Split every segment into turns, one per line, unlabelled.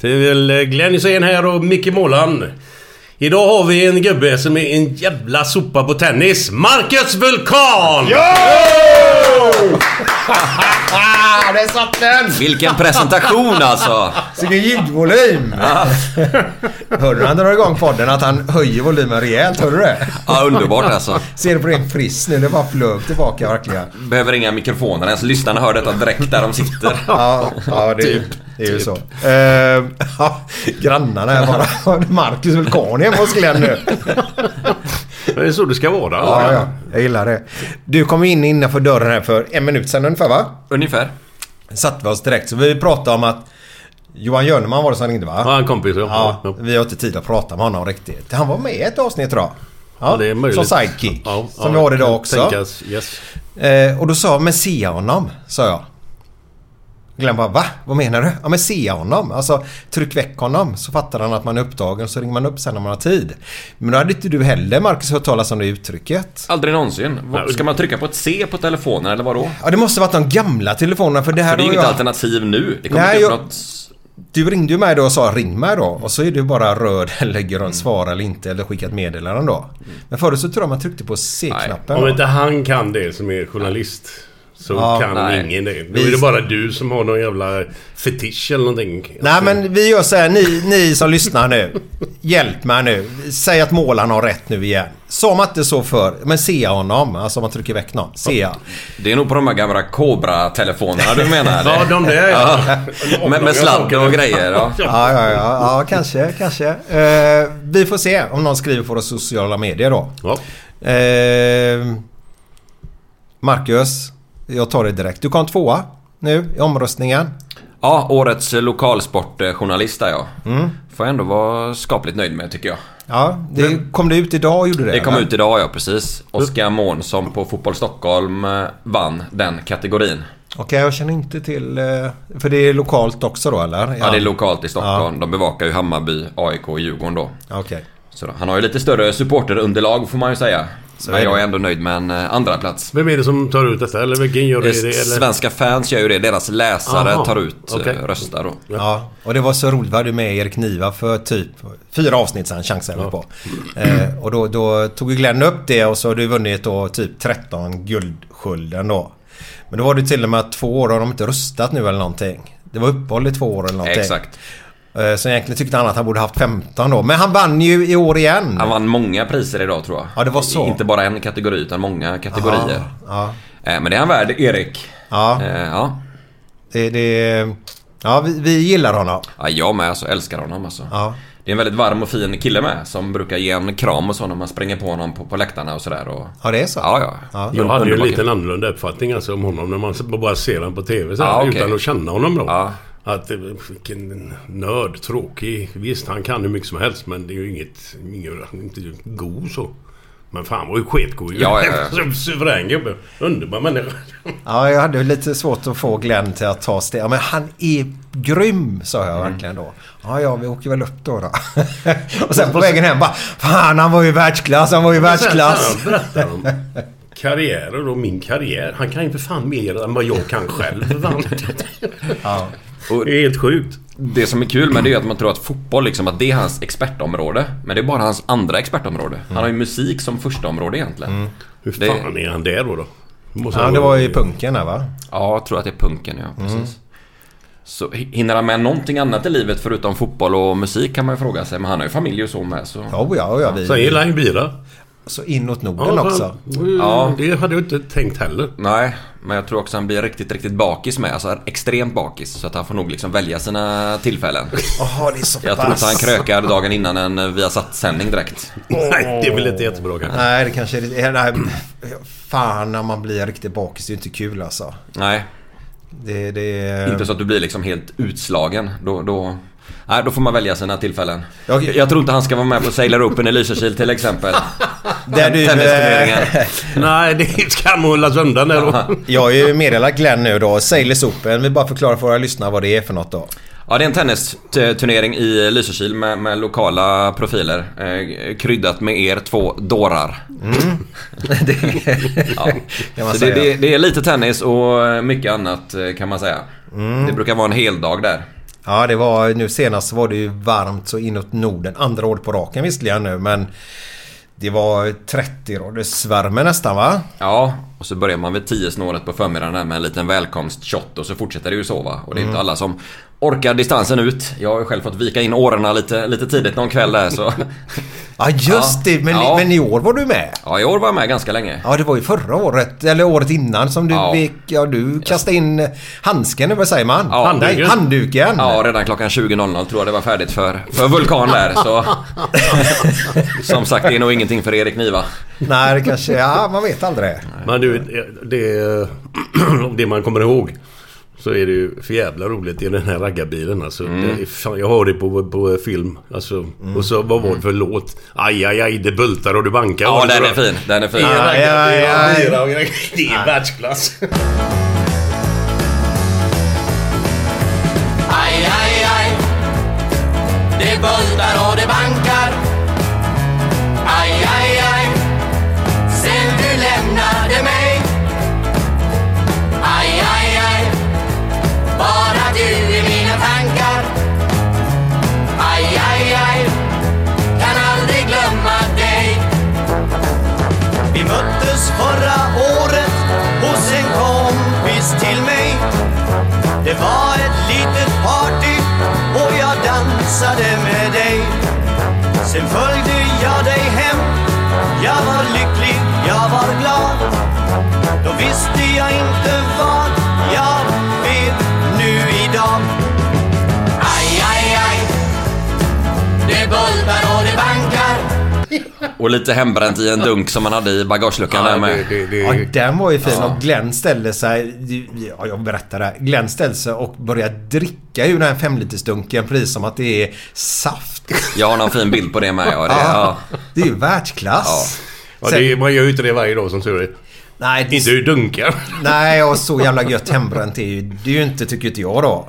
Det är väl eh, Glenn Hysén här och Micke Målan. Idag har vi en gubbe som är en jävla sopa på tennis. Marcus Vulkan!
Ah, där satt den!
Vilken presentation alltså!
Vilken ljudvolym! Hörde du när han drar igång podden att han höjer volymen rejält? Hörde du det?
Ja, underbart alltså.
Ser du på din friss nu? Det bara flög tillbaka verkligen.
Behöver inga mikrofoner ens. Lyssnarna hör detta direkt där de sitter. Typ.
Ja, ja det, det är ju så. Eh, ja, grannarna här bara. Marcus Vulkan är hemma hos Glenn nu.
Det är så det ska vara.
Ja, ja, jag gillar det. Du kom in innanför dörren här för en minut sedan ungefär va?
Ungefär.
Satte vi oss direkt. Så vi pratade om att Johan Jörneman var det som ringde va?
Ja, en kompis. Ja.
Ja, vi har inte tid att prata med honom riktigt. Han var med i ett avsnitt idag.
Ja, det är möjligt.
Som sidekick.
Ja,
som vi
ja,
har idag
kan
också.
Tänkas, yes.
Eh, och då sa jag, men se honom, sa jag. Glenn bara, va? Vad menar du? Ja men se honom. Alltså tryck väck honom så fattar han att man är upptagen så ringer man upp sen när man har tid. Men då hade inte du heller Marcus hört talas om det uttrycket.
Aldrig någonsin. Ska man trycka på ett C på telefonen eller vadå?
Ja det måste varit de gamla telefonerna för det här
För det är ju
har
inget
jag-
alternativ nu. Det kommer
Nej,
inte upp
jag-
något...
Du ringde ju mig då och sa ring mig då och så är du bara röd eller grön,
Mm.
svara eller inte eller skicka ett meddelande då. Men förut så tror jag man tryckte på C-knappen.
Om inte han kan det som är journalist. Så
Ja,
kan
nej.
ingen det. Då
Vi-
är det bara du som har någon jävla fetisch eller någonting.
Nej men vi gör så här, ni, ni som lyssnar nu. Hjälp mig nu. Säg att målaren har rätt nu igen. Sa man inte så för men se honom. Alltså om man trycker väck någon. Se
Det är nog på de här gamla Cobra-telefonerna du menar eller?
Ja, de där ja.
Med, med sladd och grejer. Ja.
Ja, ja, ja, ja kanske, kanske. Eh, vi får se om någon skriver på våra sociala medier då.
Ja.
Eh, Marcus, jag tar det direkt. Du kom tvåa nu i omröstningen.
ja, årets lokalsportjournalist är jag. Får jag ändå vara skapligt nöjd med tycker jag.
Mm. Ja, det kom det ut idag och gjorde det?
Det kom
eller? Mm.
ut idag ja, precis. Oskar Månsson på Fotboll Stockholm eh, vann den kategorin.
Okej, jag känner inte till... eh, För det är lokalt också då eller?
Ja, det är lokalt i Stockholm. De bevakar ju Hammarby, AIK och Djurgården då.
Okej.
Så då, han har ju lite större supporterunderlag får man ju säga. Men
är det.
jag är ändå nöjd med en eh, andra plats.
Vem är det som tar ut detta? Eller vilken gör det?
Eh,
Eller?
Svenska fans gör ju det. Deras läsare
Aha,
tar ut eh,
okej.
röstar då.
Ja, och det var så roligt. Vi hade med Erik Niva för typ fyra avsnitt sedan chansade vi på. Eh, och då, då tog ju Glenn upp det och så har du vunnit då typ 13 Guldskölden då. Men då var det till och med att två år har de inte röstat nu eller någonting. Det var uppehåll i två år eller någonting.
Exakt.
Eh, så egentligen tyckte han att han borde haft 15 då. Men han vann ju i år igen.
Han vann många priser idag tror jag.
Ja, det var så.
Inte bara en kategori utan många kategorier.
Ja,
Eh, Men det är han värd, Erik.
ja,
Eh, Ja.
det, det, ja vi, vi gillar honom.
Ja, jag med alltså. Älskar honom alltså.
Ja.
Det är en väldigt varm och fin kille med som brukar ge en kram och så när man springer på honom på, på läktarna och sådär. Och...
Ja, det är så?
Ja, ja.
Jag hade ju en
Underbar
lite
kille.
annorlunda uppfattning alltså om honom när man bara ser honom på TV så här,
Ja, Ah, okej. Ah.
utan att känna honom då.
Ja.
Att eh, vilken nörd, tråkig. Visst, han kan hur mycket som helst men det är ju inget... inget inte god så. Men fan vad ju sketgod ju.
Ja, ja, ja.
Så Suverän gubbe. Underbar människa.
Ja, jag hade lite svårt att få Glenn till att ta steg. Ja, men han är grym, sa
Mm.
jag verkligen då. Ja, ja, vi åker väl upp då. då. och sen på vägen hem bara, fan han var ju världsklass, han var ju världsklass.
Sen berättar om karriärer och min karriär. Han kan ju för fan mer än vad jag kan själv. för fan.
Och-
Det är helt sjukt.
Det som är kul med det är ju att man tror att fotboll liksom, att det är hans expertområde. Men det är bara hans andra expertområde. Han har ju musik som första område egentligen.
Hur
Det-
fan är han där då? då?
Mm.
Måste
Ja,
han
det
vara-
var ju punken där va? Mm.
Ja, jag tror att det är punken ja, precis. Så h- hinner han med någonting annat i livet förutom fotboll och musik kan man ju fråga sig. Men han har ju familj och så med så...
Ja, ja, ja,
Sen
vi...
gillar han ju bilar.
Så inåt Norden också.
fan. Ja, det hade jag inte tänkt heller.
Nej, men jag tror också han blir riktigt, riktigt bakis med. Alltså extremt bakis. Så att han får nog liksom välja sina tillfällen.
Jaha, det är så
Jag tror inte han krökar dagen innan en Viasat-sändning direkt.
Nej, det är väl inte jättebra kanske.
Nej, det kanske är... Nej, fan, när man blir riktigt bakis, det är ju inte kul alltså.
Nej,
Det, det
inte så att du blir liksom helt utslagen. Då, då, nej, då får man välja sina tillfällen.
Jag-
Jag, jag tror inte han ska vara med på Sailor Open i Lysekil till exempel.
Där du,
Tennisturneringen.
eh,
Nej, det ska nog hållas undan där då.
Jag har ju meddelat Glenn nu då. Sailors Open. Vi bara förklarar för våra lyssnare vad det är för något då.
Ja, det är en tennisturnering i Lysekil med, med lokala profiler. Eh, kryddat med er två dårar.
Mm. Det,
Ja.
Kan man
Så det,
säga.
det, det är lite tennis och mycket annat eh, kan man säga. Det brukar vara en hel dag där.
Mm. ja, det var nu senast var det ju varmt så inåt Norden. Andra året på raken visserligen nu men det var 30 graders svärme nästan va?
Ja, och så börjar man vid 10 snåret på förmiddagen där med en liten välkomstshot och så fortsätter det ju så va. Och det är inte alla som orkar distansen ut. Jag har ju själv fått vika in åren lite, lite tidigt någon kväll där så...
Ja just
Ja.
det, men,
Ja.
men i år var du med.
Ja, i år var jag med ganska länge.
Ja det var ju förra året eller året innan som du
Ja.
fick, ja du kastade in eh, handsken eller vad säger man?
Ja.
Nej,
Handduken.
handduken.
Ja, redan klockan 20.00 tror jag det var färdigt för, för Vulkan där så... Som sagt, det är nog ingenting för Erik Niva.
Nej det kanske, ja man vet aldrig.
Men du, det, det man kommer ihåg. Så är det ju för jävla roligt i den här raggarbilen alltså.
Mm.
Det är fan, jag har det på, på film. Alltså, Och så vad var det för låt? Aj, aj, aj, det bultar och det bankar.
Mm. Ja,
Var det
den
bra?
är fin. Den är fin.
Det är
Aj, aj,
raggarbilar,
aj.
bira och grejer. Det är världsklass.
Aj, aj, aj. Det bultar och det bankar. Aj, aj, aj. Sen du lämnade mig. Aj, aj, aj. Bara du i mina tankar. Aj, aj, aj. Kan aldrig glömma dig. Vi möttes förra året hos en kompis till mig. Det var ett litet party och jag dansade med dig. Sen följde jag dig hem. Jag var lycklig, jag var glad. Då visste jag inte vad jag vet nu idag. Aj, aj, aj. Det bultar och det bankar.
Och lite hembränt i en dunk som man hade i bagageluckan där med.
det, det,
Ja, den var ju fin. Och Glenn ställde sig... Ja, jag berättar det här. Glenn ställde sig och började dricka ur den här femlitersdunken precis som att det är saft.
Jag har någon fin bild på det med. Ja, det, ja.
Det är ju världsklass.
ja,
Sen-
det, är- man gör ju inte det varje dag som tur är.
nej, det-
Inte hur dunkar.
nej, och så jävla gött hembränt är ju... Det är ju inte, tycker inte jag då.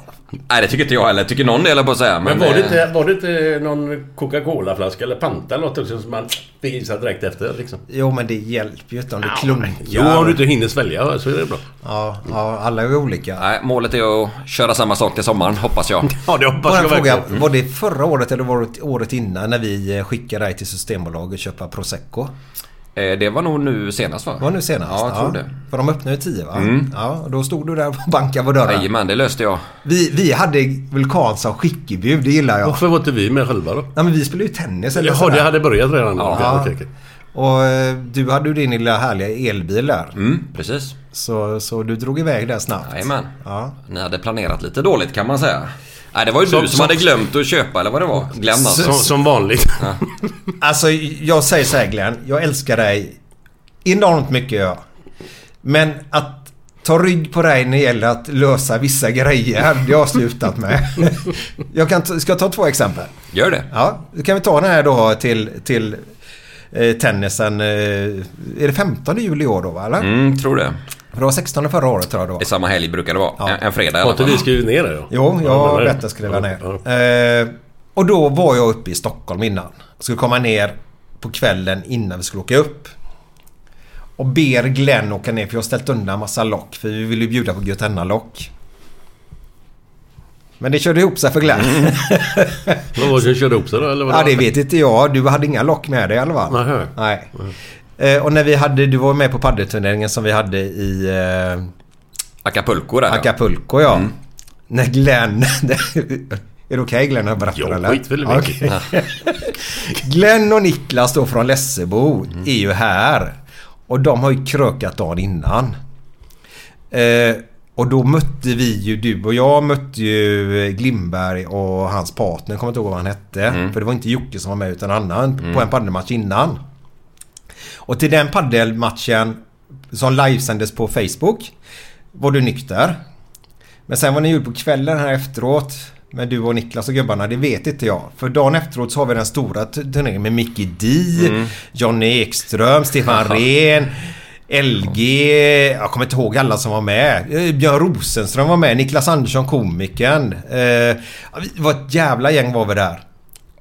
Nej, det tycker inte jag heller. Tycker någon det, eller på att säga.
Men var det
eh,
inte, var det inte någon Coca-Cola-flaska eller Panta eller något också som man fick i sig direkt efter liksom?
Jo, men det hjälper ju inte om du klunkar.
Jo, om du inte hinner svälja så är det bra.
Ja, ja, alla är ju olika.
Nej, målet är att köra samma sak till sommaren, hoppas jag.
Ja, det
Bara
hoppas
en
jag
fråga.
Mm.
verkligen.
Var det förra året eller var det året innan när vi eh, skickade dig till Systembolaget och köpa prosecco?
Eh, Det var nog nu senast va?
Det var nu senast.
Ja, jag tror det. Mm.
För de öppnade ju tio va? Ja, och då stod du där och bankade på dörren.
Jajamän, det löste jag.
Vi, vi hade vulkan som skickebud,
Oh.
det gillar jag.
Varför var inte vi med själva då?
Nej men vi spelade ju tennis eller
Jaha,
sådär.
det hade börjat redan då.
Ja.
Okej, okej.
Och eh, du hade ju din lilla härliga elbil där.
Mm, precis.
Så, så du drog iväg där snabbt.
Jajamän.
Ja.
Ni hade planerat lite dåligt kan man säga. Nej, det var ju
Som-
du som
som-
hade glömt att köpa eller vad det var. Glömt alltså.
Som, som vanligt.
Alltså jag säger så här Glenn. Jag älskar dig enormt mycket jag. Men att ta rygg på dig när det gäller att lösa vissa grejer. Det har jag slutat med. Jag kan ta- ska jag ta två exempel?
Gör det.
Ja, då kan vi ta den här då till, till eh, tennisen. Eh, är det 15 juli i år då va? Eller?
Mm, tror det.
För det var 16 förra året tror jag då.
I samma helg brukar det vara. En, en fredag i
Har
alla
inte vi
fall.
skrivit ner det då?
Jo, jag
Ja,
har
men-
bett att skriva
ja,
ner.
ja.
Eh, och då var jag uppe i Stockholm innan. Skulle komma ner på kvällen innan vi skulle åka upp. Och ber Glenn åka ner för jag har ställt undan massa lock. För vi vill ju bjuda på Götenna-lock. Men det körde ihop sig för Glenn.
Mm. Vad var det som körde ihop sig då? Eller vad
Ja, det vet inte jag. Du hade inga lock med dig i alla fall.
Nähä. Mm.
Nej. Eh, Och när vi hade, du var med på paddelturneringen som vi hade i eh,
Acapulco där ja.
Acapulco ja.
Mm.
När Glenn... är det okej Glenn att berätta
Jo,
eller?
skit väl i
Ja,
vilket.
okej. Glenn och Niklas då från Lessebo
Mm.
är ju här. Och de har ju krökat dagen innan. Eh, och då mötte vi ju, du och jag mötte ju Glimberg och hans partner, jag kommer inte ihåg vad han hette.
Mm.
För det var inte Jocke som var med utan annan på en paddelmatch innan. Och till den paddelmatchen som livesändes på Facebook var du nykter. Men sen vad ni gjorde på kvällen här efteråt med du och Niklas och gubbarna, det vet inte jag. För dagen efteråt så har vi den stora t- turneringen med Mickey D, Johnny Ekström, Stefan Rehn, LG, jag kommer inte ihåg alla som var med. Eh, Björn Rosenström var med, Niklas Andersson komikern. Eh, ja, vi- det var ett jävla gäng var vi där.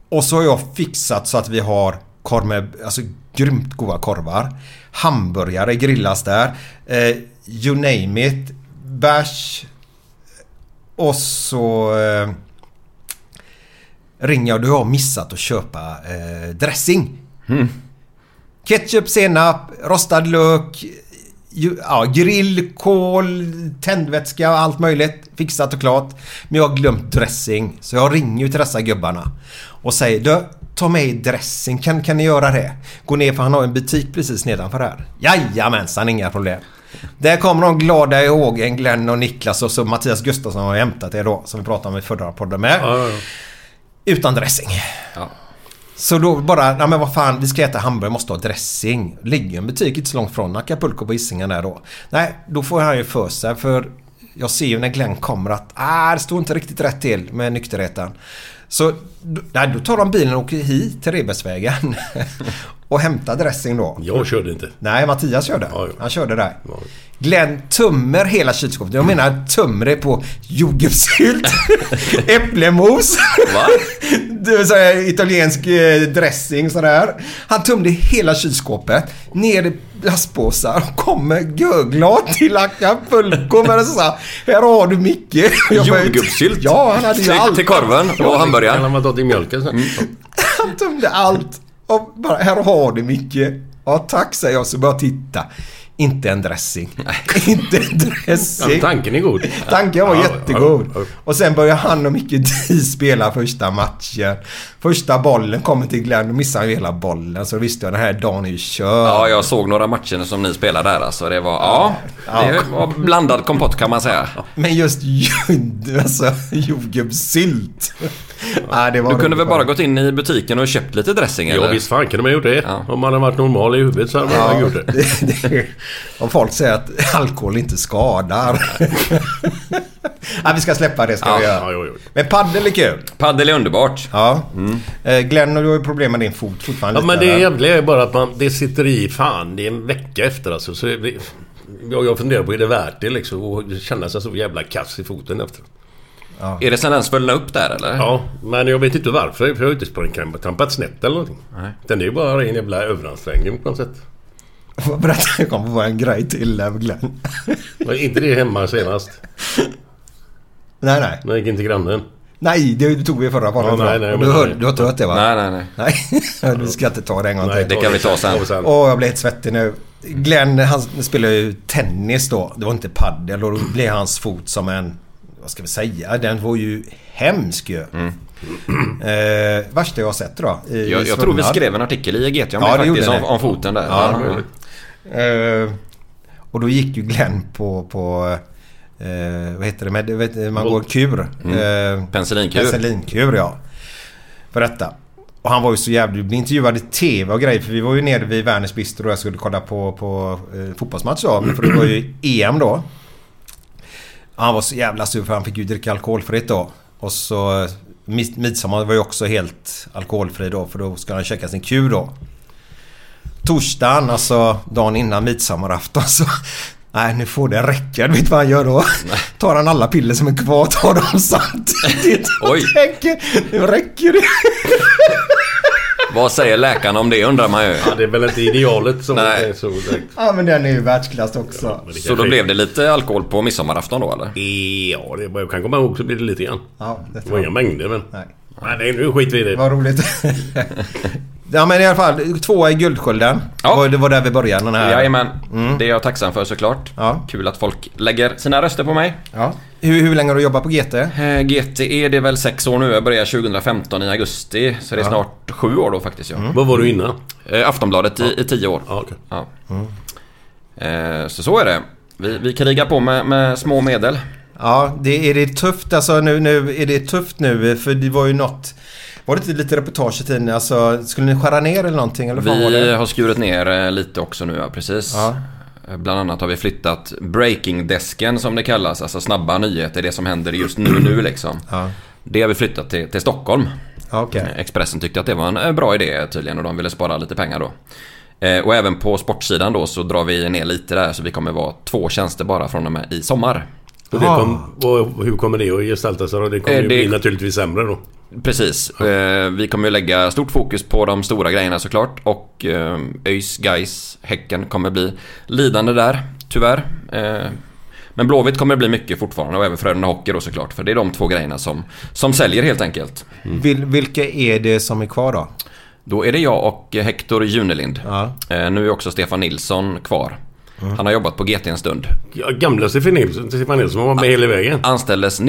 Och så har jag fixat så att vi har korv med, alltså grymt goda korvar. Hamburgare grillas där. Eh, you name it. Bärs. Och så eh, ringer jag. Du har missat att köpa eh, dressing. Ketchup, senap, rostad lök. ju- Ja, grill, kol, tändvätska och allt möjligt. Fixat och klart. Men jag har glömt dressing. Så jag ringer ju till dessa gubbarna. Och säger du, ta med dressing. Kan, kan ni göra det? Gå ner för han har en butik precis nedanför här. Jajamensan, inga problem. Där kommer de glada ihåg en Glenn och Niklas och så Mattias Gustafsson har jag hämtat er då. Som vi pratade om i förra podden med.
Ja, ja, ja.
Utan dressing.
Ja.
Så då bara, ja men vad fan, vi ska äta hamburgare, måste ha dressing. Ligger en butik inte så långt från Acapulco på Hisingen där då. Nej, då får han ju för sig för jag ser ju när Glenn kommer att, ah, det står inte riktigt rätt till med nykterheten. Så då- nej, då tar de bilen och åker hit till Rebesvägen och hämtar dressing då.
Jag körde inte.
Nej, Mattias körde.
Ja, jo.
Han körde där.
Ja.
Glenn tömmer hela kylskåpet. Jag menar tömmer det på jordgubbssylt, äpplemos,
Va?
det vill säga italiensk eh, dressing sådär. Han tömde hela kylskåpet, ner i plastpåsar och kommer görglad till Acapulco med en sån här, Här har du Micke. Jag bara-
Jordgubbssylt?
Ja, han hade ju
Till-
allt.
Till korven och
Kan
hamburgaren.
han ha tagit i mjölken sen?
Mm. Han tömde allt. Och bara, här har du Micke. Ja tack säger jag så börjar jag titta. Inte en dressing. Inte en
Ja,
dressing.
tanken är god.
Tanken var
Ja,
jättegod.
ja, ja.
Och sen börjar han och Micke Di spela första matchen. Första bollen kommer till Glenn och missar han ju hela bollen. Så visste jag den här dagen är ju körd.
Ja, jag såg några matcher som ni spelade där alltså. Det var... Ja. Det var blandad kompott kan man säga.
Men just jord- alltså, jordgubbssylt. Ja, det var
Du kunde
roligt.
väl bara gått in i butiken och köpt lite dressing
Ja,
eller?
visst fan kunde man gjort det.
Ja.
Om man hade varit normal i huvudet så hade man
Ja,
gjort det.
det- det- Om folk säger att alkohol inte skadar. Nej, vi ska släppa det ska vi
Ja,
göra.
ja, jo, jo.
Men padel är kul.
Padel är underbart.
Ja. Eh, Glenn, du har ju problem med din fot fortfarande.
Ja, men
lite,
det
va?
jävliga är bara att man, det sitter i fan, det är en vecka efter alltså. Så det, det- jag, jag funderar på, är det värt det liksom? Att känna sig så jävla kass i foten efter.
Är det sen ens svullna upp där eller?
Ja, men jag vet inte varför. För jag har inte sprungit, trampat snett eller någonting. Nej. Utan det är bara ren jävla överansträngning på något sätt.
Berätta, jag kom på en grej till där med Glenn.
Var inte det hemma senast?
Nej, nej.
När jag gick in till grannen.
Nej, det tog vi i förra podden.
Ja, nej, nej,
du,
men-
hör, du har inte hört det va?
Nej, nej, nej.
Nej, du ska inte ta det en gång
Nej,
till.
det kan vi ta sen.
Och
Åh, jag blir helt svettig nu. Glenn, han spelar ju tennis då. Det var inte paddel och då blev hans fot som en... Vad ska vi säga? Den var ju hemsk ju. Eh, värsta jag har sett då. i- i
Mm. Jag, jag tror vi
svunnar.
skrev en artikel i GT om
Ja,
det
det
faktiskt.
gjorde
Om,
ni.
om foten där.
Ja,
Ja,
det gjorde Eh, och då gick ju Glenn på, på eh, vad heter det, med, vet, man går kur. Eh,
Penicillinkur.
Penicillinkur, ja. För detta. Och han var ju så jävlig, vi intervjuade TV och grejer för vi var ju nere vid Werners Bistro och jag skulle kolla på, på eh, fotbollsmatch då. För det var ju EM då. Han var så jävla sur för han fick ju dricka alkoholfritt då. Och så eh, mid- midsommar var ju också helt alkoholfri då för då ska han käka sin kur då torsdagen, alltså dagen innan midsommarafton så... Nej nu får det räcka. Du vet vad han gör då? Tar han alla piller som är kvar, tar dem samtidigt.
Oj.
Och tänker, nu räcker det.
Vad säger läkaren om det undrar man ju.
Ja, det är väl inte idealet som
Nej.
är så direkt.
Ja men den är ju världsklass också.
Så då blev det lite alkohol på midsommarafton då eller?
Ja, det, jag kan komma ihåg så blir det lite grann.
Ja, det
Det var inga mängder men...
Nej.
Nej, det är nu skiter vi i det.
Vad roligt. ja men i alla fall, tvåa i Guldskölden.
Ja.
Det var- Det var där vi började den här... Mm.
Jajamän, det är jag tacksam för såklart.
Ja.
Kul att folk lägger sina röster på mig.
Ja. Hur, hur länge har du jobbat på GT?
Eh, GTE, det är väl sex år nu. Jag började 2015 i augusti. Så det är snart sju år då faktiskt. Ja.
Mm.
Vad var du innan?
Eh, Aftonbladet i, i tio år.
Ja, okej.
Ja. Mm. Eh, så så är det. Vi, vi krigar på med, med små medel.
Ja, det, är det tufft alltså nu, nu? Är det tufft nu? För det var ju något... Var det inte lite reportage i tidningen? Alltså, skulle ni skära ner eller någonting? Eller vad fan var
Vi
det?
har skurit ner eh, lite också nu, ja, precis.
Ja.
Eh, Bland annat har vi flyttat breaking-desken som det kallas. Alltså snabba nyheter, det som händer just nu nu liksom.
Ja.
Det har vi flyttat till, till Stockholm.
Ja, okej.
Eh, Expressen tyckte att det var en eh, bra idé tydligen och de ville spara lite pengar då. Eh, Och även på sportsidan då så drar vi ner lite där så vi kommer vara två tjänster bara från och med i sommar.
Och det kom, och hur kommer det att gestalta sig då? Det kommer
Eh,
ju
det-
bli naturligtvis sämre då.
Precis. Eh, Vi kommer ju lägga stort fokus på de stora grejerna såklart. Och eh, ÖIS, Gais, Häcken kommer bli lidande där, tyvärr. Eh, Men Blåvitt kommer det bli mycket fortfarande och även Frölunda Hockey då såklart. För det är de två grejerna som, som säljer helt enkelt.
Vil, vilka är det som är kvar då?
Då är det jag och eh, Hector Junelind.
Ja.
Eh, Nu är också Stefan Nilsson kvar. Han har jobbat på GT en stund.
Ja, gamla Stefan Nilsson, Stefan Nilsson var med hela vägen.
Anställdes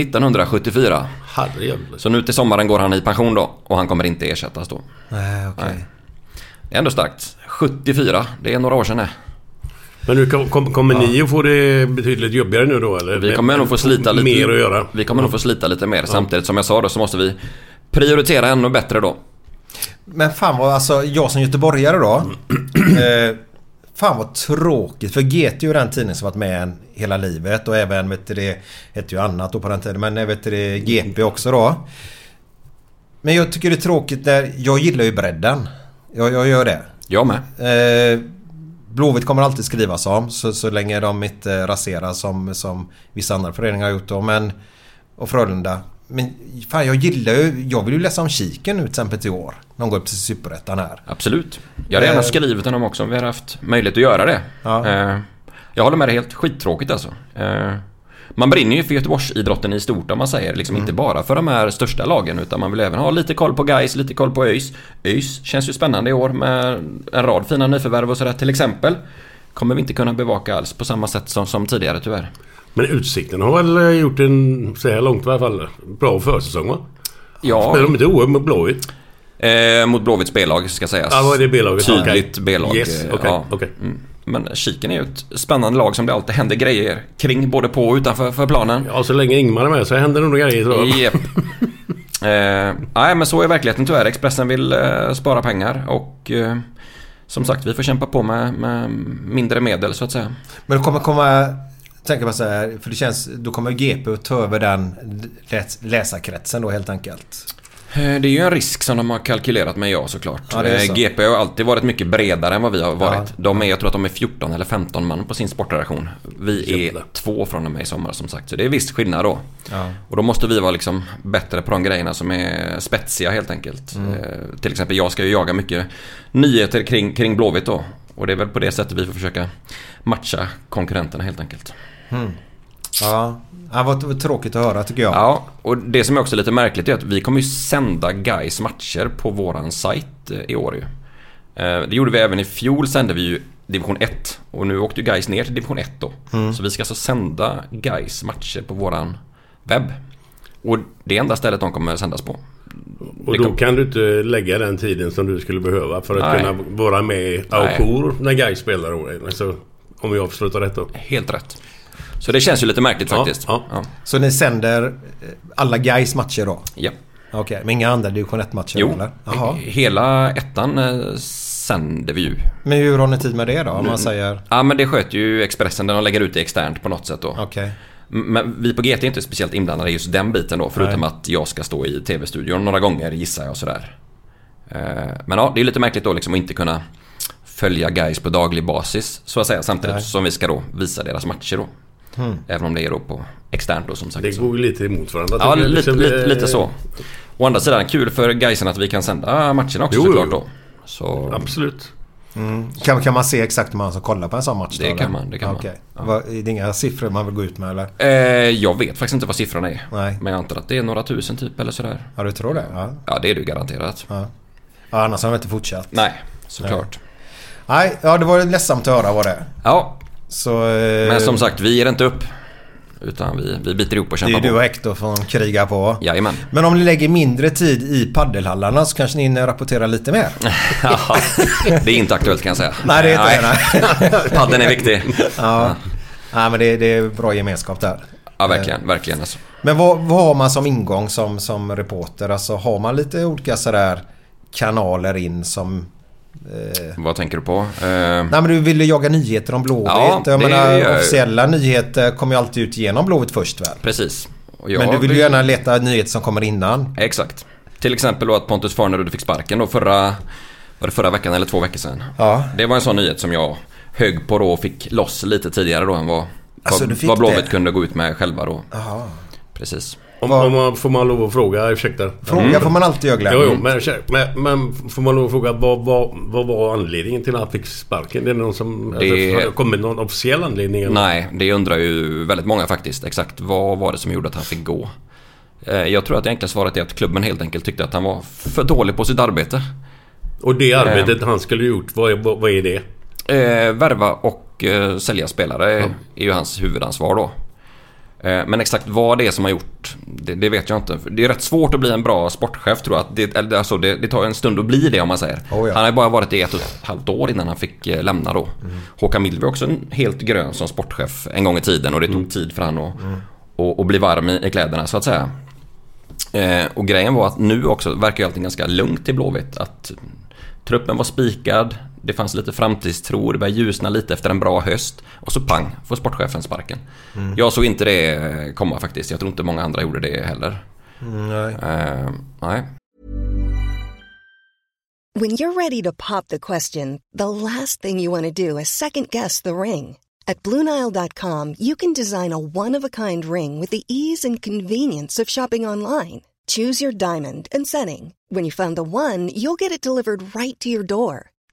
1974.
Herrejävlar.
Så nu till sommaren går han i pension då och han kommer inte ersättas då.
Nej, okej.
Det är ändå starkt. 74, det är några år sedan det.
Men nu kom, kom, kommer ni att få det betydligt jobbigare nu då eller?
Vi kommer nog få slita lite
Mer att göra.
Vi kommer nog få slita lite mer. Samtidigt som jag sa då så måste vi prioritera ännu bättre då.
Men fan vad, alltså jag som göteborgare då. eh, fan vad tråkigt. För GT är ju den tidning som varit med en hela livet. Och även, vet du det, hette ju annat då på den tiden. Men eh, vet du det, GP också då. Men jag tycker det är tråkigt när, jag gillar ju bredden. Jag, jag gör det.
Jag med.
Eh, Blåvitt kommer alltid skrivas om så, så länge de inte raseras som, som vissa andra föreningar har gjort då. Men, och Frölunda. Men fan jag gillar ju, jag vill ju läsa om Kiken nu till exempel i år. När de går upp till Superettan här.
Absolut. Jag hade gärna
Eh.
skrivit om också om vi hade haft möjlighet att göra det.
Ja.
Eh, Jag håller med dig helt. Skittråkigt alltså. Eh, Man brinner ju för Göteborgsidrotten i stort om man säger.
Mm.
Liksom inte bara för de här största lagen utan man vill även ha lite koll på guys, lite koll på ÖIS. ÖIS känns ju spännande i år med en rad fina nyförvärv och sådär till exempel. Kommer vi inte kunna bevaka alls på samma sätt som, som tidigare tyvärr.
Men Utsikten har väl eh, gjort en, så här långt i alla fall, bra försäsong va?
Ja,
Spelar de inte OM med Blåvitt?
eh, mot Blåvitts B-lag ska sägas.
Ja, vad är det B-laget?
Tydligt
Okej.
B-lag.
Yes,
eh,
okej,
ja.
okej.
Mm. Men Kiken är ju ett spännande lag som det alltid händer grejer kring, både på och utanför för planen.
Ja, så länge Ingmar är med så händer det nog grejer tror jag.
Japp. eh, nej, men så är verkligheten tyvärr. Expressen vill eh, spara pengar och eh, som sagt, vi får kämpa på med, med mindre medel så att säga.
Men det kommer komma, tänker man så här, för det känns, då kommer GP att ta över den läs, läsarkretsen då helt enkelt.
Eh, Det är ju en risk som de har kalkylerat med, ja såklart.
Ja, det är så.
Eh, GP har ju alltid varit mycket bredare än vad vi har varit. De är, jag tror att de är 14 eller 15 man på sin sportredaktion. Vi är
Jävlar.
två från och med i sommar som sagt. Så det är viss skillnad då. Och då måste vi vara liksom bättre på de grejerna som är spetsiga helt enkelt.
Mm.
Eh, till exempel jag ska ju jaga mycket nyheter kring, kring Blåvitt då. Och det är väl på det sättet vi får försöka matcha konkurrenterna helt enkelt.
Ja, ja vad, vad tråkigt att höra tycker jag.
Ja, och det som är också lite märkligt är att vi kommer ju sända guys matcher på våran sajt eh, i år ju. Eh, Det gjorde vi även i fjol sände vi ju division 1 och nu åkte ju guys ner till division 1 då. Så vi ska alltså sända guys matcher på våran webb. Och det är enda stället de kommer sändas på.
Och
Det
då
kom-
kan du inte lägga den tiden som du skulle behöva för att
Nej.
kunna vara med i auktion när Gais spelar. då. Alltså, om jag förstår det rätt då.
Helt rätt. Så det känns ju lite märkligt
Ja,
faktiskt.
ja.
ja.
Så ni sänder eh, alla Gais matcher då?
ja.
Okej, men inga andra division 1-matcher?
Jo,
Eller? Jaha.
hela ettan eh, sänder vi ju.
Men hur har ni tid med det då? Om man säger...
Ja men det sköter ju Expressen, den de lägger ut det externt på något sätt då.
Okej.
M- Men vi på GT är inte speciellt inblandade i just den biten då. Förutom att jag ska stå i TV-studion några gånger gissar jag sådär. Eh, Men ja, det är lite märkligt då liksom att inte kunna följa guys på daglig basis så att säga. Samtidigt som vi ska då visa deras matcher då. Även om det är då på externt då som sagt.
Hmm. Det
så.
går ju lite emot varandra.
Ja,
tycker jag.
lite,
Liksom,
lite,
eh,
lite så. Å andra sidan, kul för Gaisen att vi kan sända matcherna också
Jo, jo,
såklart
jo.
då. Så
Absolut.
Kan, kan man se exakt hur många som kollar på en sån match?
Det
då,
kan
eller?
man, det kan man.
Okej. Vad- Är det inga siffror man vill gå ut med eller?
eh, jag vet faktiskt inte vad siffrorna är.
Nej.
Men jag antar att det är några tusen typ eller sådär.
Ja, du tror det? Ja.
Ja, det är du garanterat.
ja annars har de inte fortsatt.
Nej, såklart.
Nej, ja det var ledsamt att höra vad det är.
Ja,
Så... eh,
men som sagt, vi ger inte upp. Utan vi, vi biter ihop och
Det är
kämpar
ju du
på.
och Hector som krigar på.
Jajamän.
Men om ni lägger mindre tid i paddelhallarna så kanske ni hinner rapportera lite mer?
Ja, det är inte aktuellt kan jag säga.
Nej, det är inte det,
det. Padden är viktig.
Ja. Nej, men det, det är bra gemenskap där.
Ja, verkligen. Verkligen alltså.
Men vad, vad har man som ingång som, som reporter? Alltså har man lite olika sådär kanaler in som...
Vad tänker du på? Eh,
Nej men du ville jaga nyheter om Blåvitt.
Ja,
jag
det
menar
gör jag ju.
officiella nyheter kommer ju alltid ut genom Blåvitt först väl?
precis. Och jag
men du vill ju gärna leta nyheter som kommer innan.
Exakt. Till exempel då att Pontus Farnerud fick sparken då förra... Var det förra veckan eller två veckor sedan?
Ja.
Det var en sån nyhet som jag högg på då och fick loss lite tidigare då än vad,
Alltså,
vad,
du fick
vad Blåvitt
det?
kunde gå ut med själva då. Precis.
Om, om man, får man lov att fråga, ursäkta.
Fråga
Mm.
får man alltid göra Glenn.
Jo, jo, men, men, men får man lov att fråga vad, vad, vad var anledningen till att han fick sparken? Är det någon som...
Det-
Alltså, har det kommit någon officiell anledning? eller?
Nej, det undrar ju väldigt många faktiskt. Exakt vad var det som gjorde att han fick gå? Eh, Jag tror att det enkla svaret är att klubben helt enkelt tyckte att han var för dålig på sitt arbete.
Och det arbetet han skulle gjort, vad, är- vad, vad är det?
Eh, värva och eh, sälja spelare är ju hans huvudansvar då. Eh, men exakt vad det är som har gjort, det, det vet jag inte. För Det är rätt svårt att bli en bra sportchef tror jag. Att det, eller, alltså, det, det tar ju en stund att bli det om man säger.
Oh, ja.
Han har ju bara varit det i ett och ett halvt år innan han fick eh, lämna då.
Mm.
Håkan Mild var också en helt grön som sportchef en gång i tiden och det
Mm.
tog tid för han att och, och bli varm i, i kläderna så att säga. Eh, och grejen var att nu också verkar ju allting ganska lugnt i Blåvitt. Att truppen var spikad, det fanns lite framtidstro, det började ljusna lite efter en bra höst. Och så pang, får sportchefen sparken.
Mm.
Jag såg inte det eh, komma faktiskt. Jag tror inte många andra gjorde det heller.
Mm, Nej.
Eh, nej.
When you're ready to pop the question, the last thing you want to do is second guess the ring. At Bluenile.com, you can design a one of a kind ring with the ease and convenience of shopping online. Choose your diamond and setting. When you find the one, you'll get it delivered right to your door.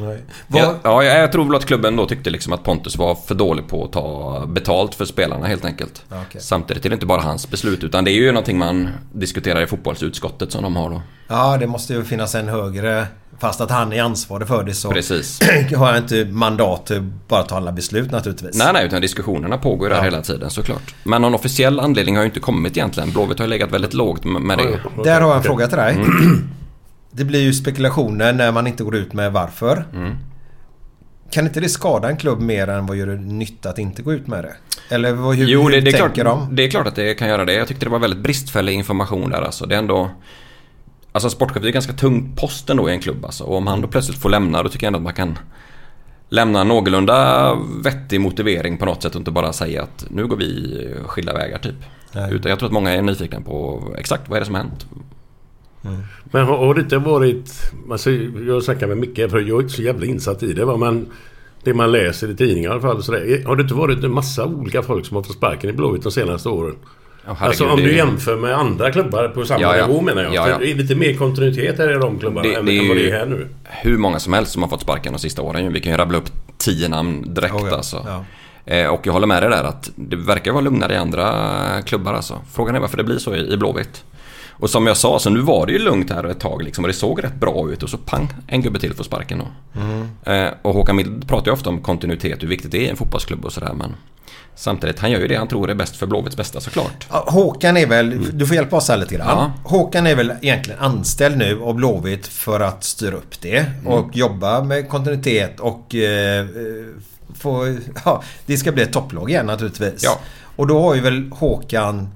Nej.
Ja, ja, jag tror väl att klubben då tyckte liksom att Pontus var för dålig på att ta betalt för spelarna helt enkelt.
Ja, okej.
Samtidigt är det inte bara hans beslut utan det är ju någonting man diskuterar i fotbollsutskottet som de har då.
Ja, det måste ju finnas en högre. Fast att han är ansvarig för det så
Precis.
har han inte mandat till bara ta alla beslut naturligtvis.
Nej, nej, utan diskussionerna pågår ju där hela tiden såklart. Men någon officiell anledning har ju inte kommit egentligen. Blåvitt har ju legat väldigt lågt med- med det.
Där har jag en fråga till dig.
Mm.
Det blir ju spekulationer när man inte går ut med varför.
Mm.
Kan inte det skada en klubb mer än vad gör det nytta att inte gå ut med det? Eller vad, hur,
Jo,
hur
det, det, är
tänker
klart,
de?
det är klart att det kan göra det. Jag tyckte det var väldigt bristfällig information där alltså. Det är ändå... Alltså en sportchef det är en ganska tung post ändå i en klubb alltså. Och om han då plötsligt får lämna då tycker jag ändå att man kan lämna en någorlunda vettig motivering på något sätt och inte bara säga att nu går vi skilda vägar typ.
Nej.
Utan jag tror att många är nyfikna på exakt vad är det som har hänt.
Men har har det inte varit... Alltså, jag snackar med Micke för jag är inte så jävla insatt i det va, men... Det man läser i tidningar i alla fall. Så där, har det inte varit en massa olika folk som har fått sparken i Blåvitt de senaste åren?
herregud,
alltså om
det-
du jämför med andra klubbar på samma
Ja, ja.
nivå menar jag.
Ja, ja.
För Det är lite mer kontinuitet här i de klubbarna
Det-
än,
det är
än vad det
ju-
är här nu.
hur många som helst som har fått sparken de sista åren. ju. Vi kan ju rabbla upp tio namn direkt
Oh, ja.
alltså.
Ja.
Eh, Och jag håller med dig där att det verkar vara lugnare i andra klubbar alltså. Frågan är varför det blir så i i Blåvitt. Och som jag sa, så nu var det ju lugnt här ett tag liksom och det såg rätt bra ut och så pang, en gubbe till får sparken då. Eh, Och Håkan Mild pratar ju ofta om kontinuitet, hur viktigt det är i en fotbollsklubb och sådär men Samtidigt, han gör ju det han tror är bäst för Blåvitts bästa såklart.
Ja, Håkan är väl, du får hjälpa oss här lite grann.
Mm. Ja.
Håkan är väl egentligen anställd nu av Blåvitt för att styra upp det
Mm.
och jobba med kontinuitet och eh, eh, få, ja, det ska bli ett topplag igen naturligtvis.
Ja.
Och då har ju väl Håkan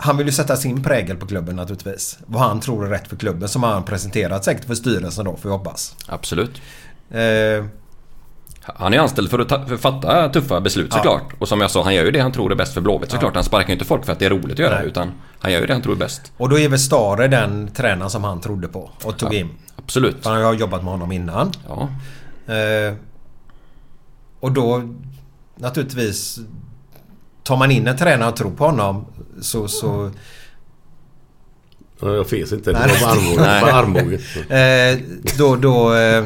han vill ju sätta sin prägel på klubben naturligtvis. Vad han tror är rätt för klubben som han presenterat säkert för styrelsen då får vi hoppas.
Absolut.
Eh,
Han är anställd för att ta, för att fatta tuffa beslut såklart. Och som jag sa, han gör ju det han tror är bäst för Blåvitt såklart. Han sparkar ju inte folk för att det är roligt att göra
Nej.
utan han gör ju det han tror är bäst.
och då är väl Stare den tränaren som han trodde på och tog in.
Absolut.
För han har jobbat med honom innan.
Ja.
Eh, och då naturligtvis tar man in en tränare och tror på honom så... så
Ja, Jag fes inte. Det
Nej.
var bara armbågen. Bara armbågen.
eh, då... då eh,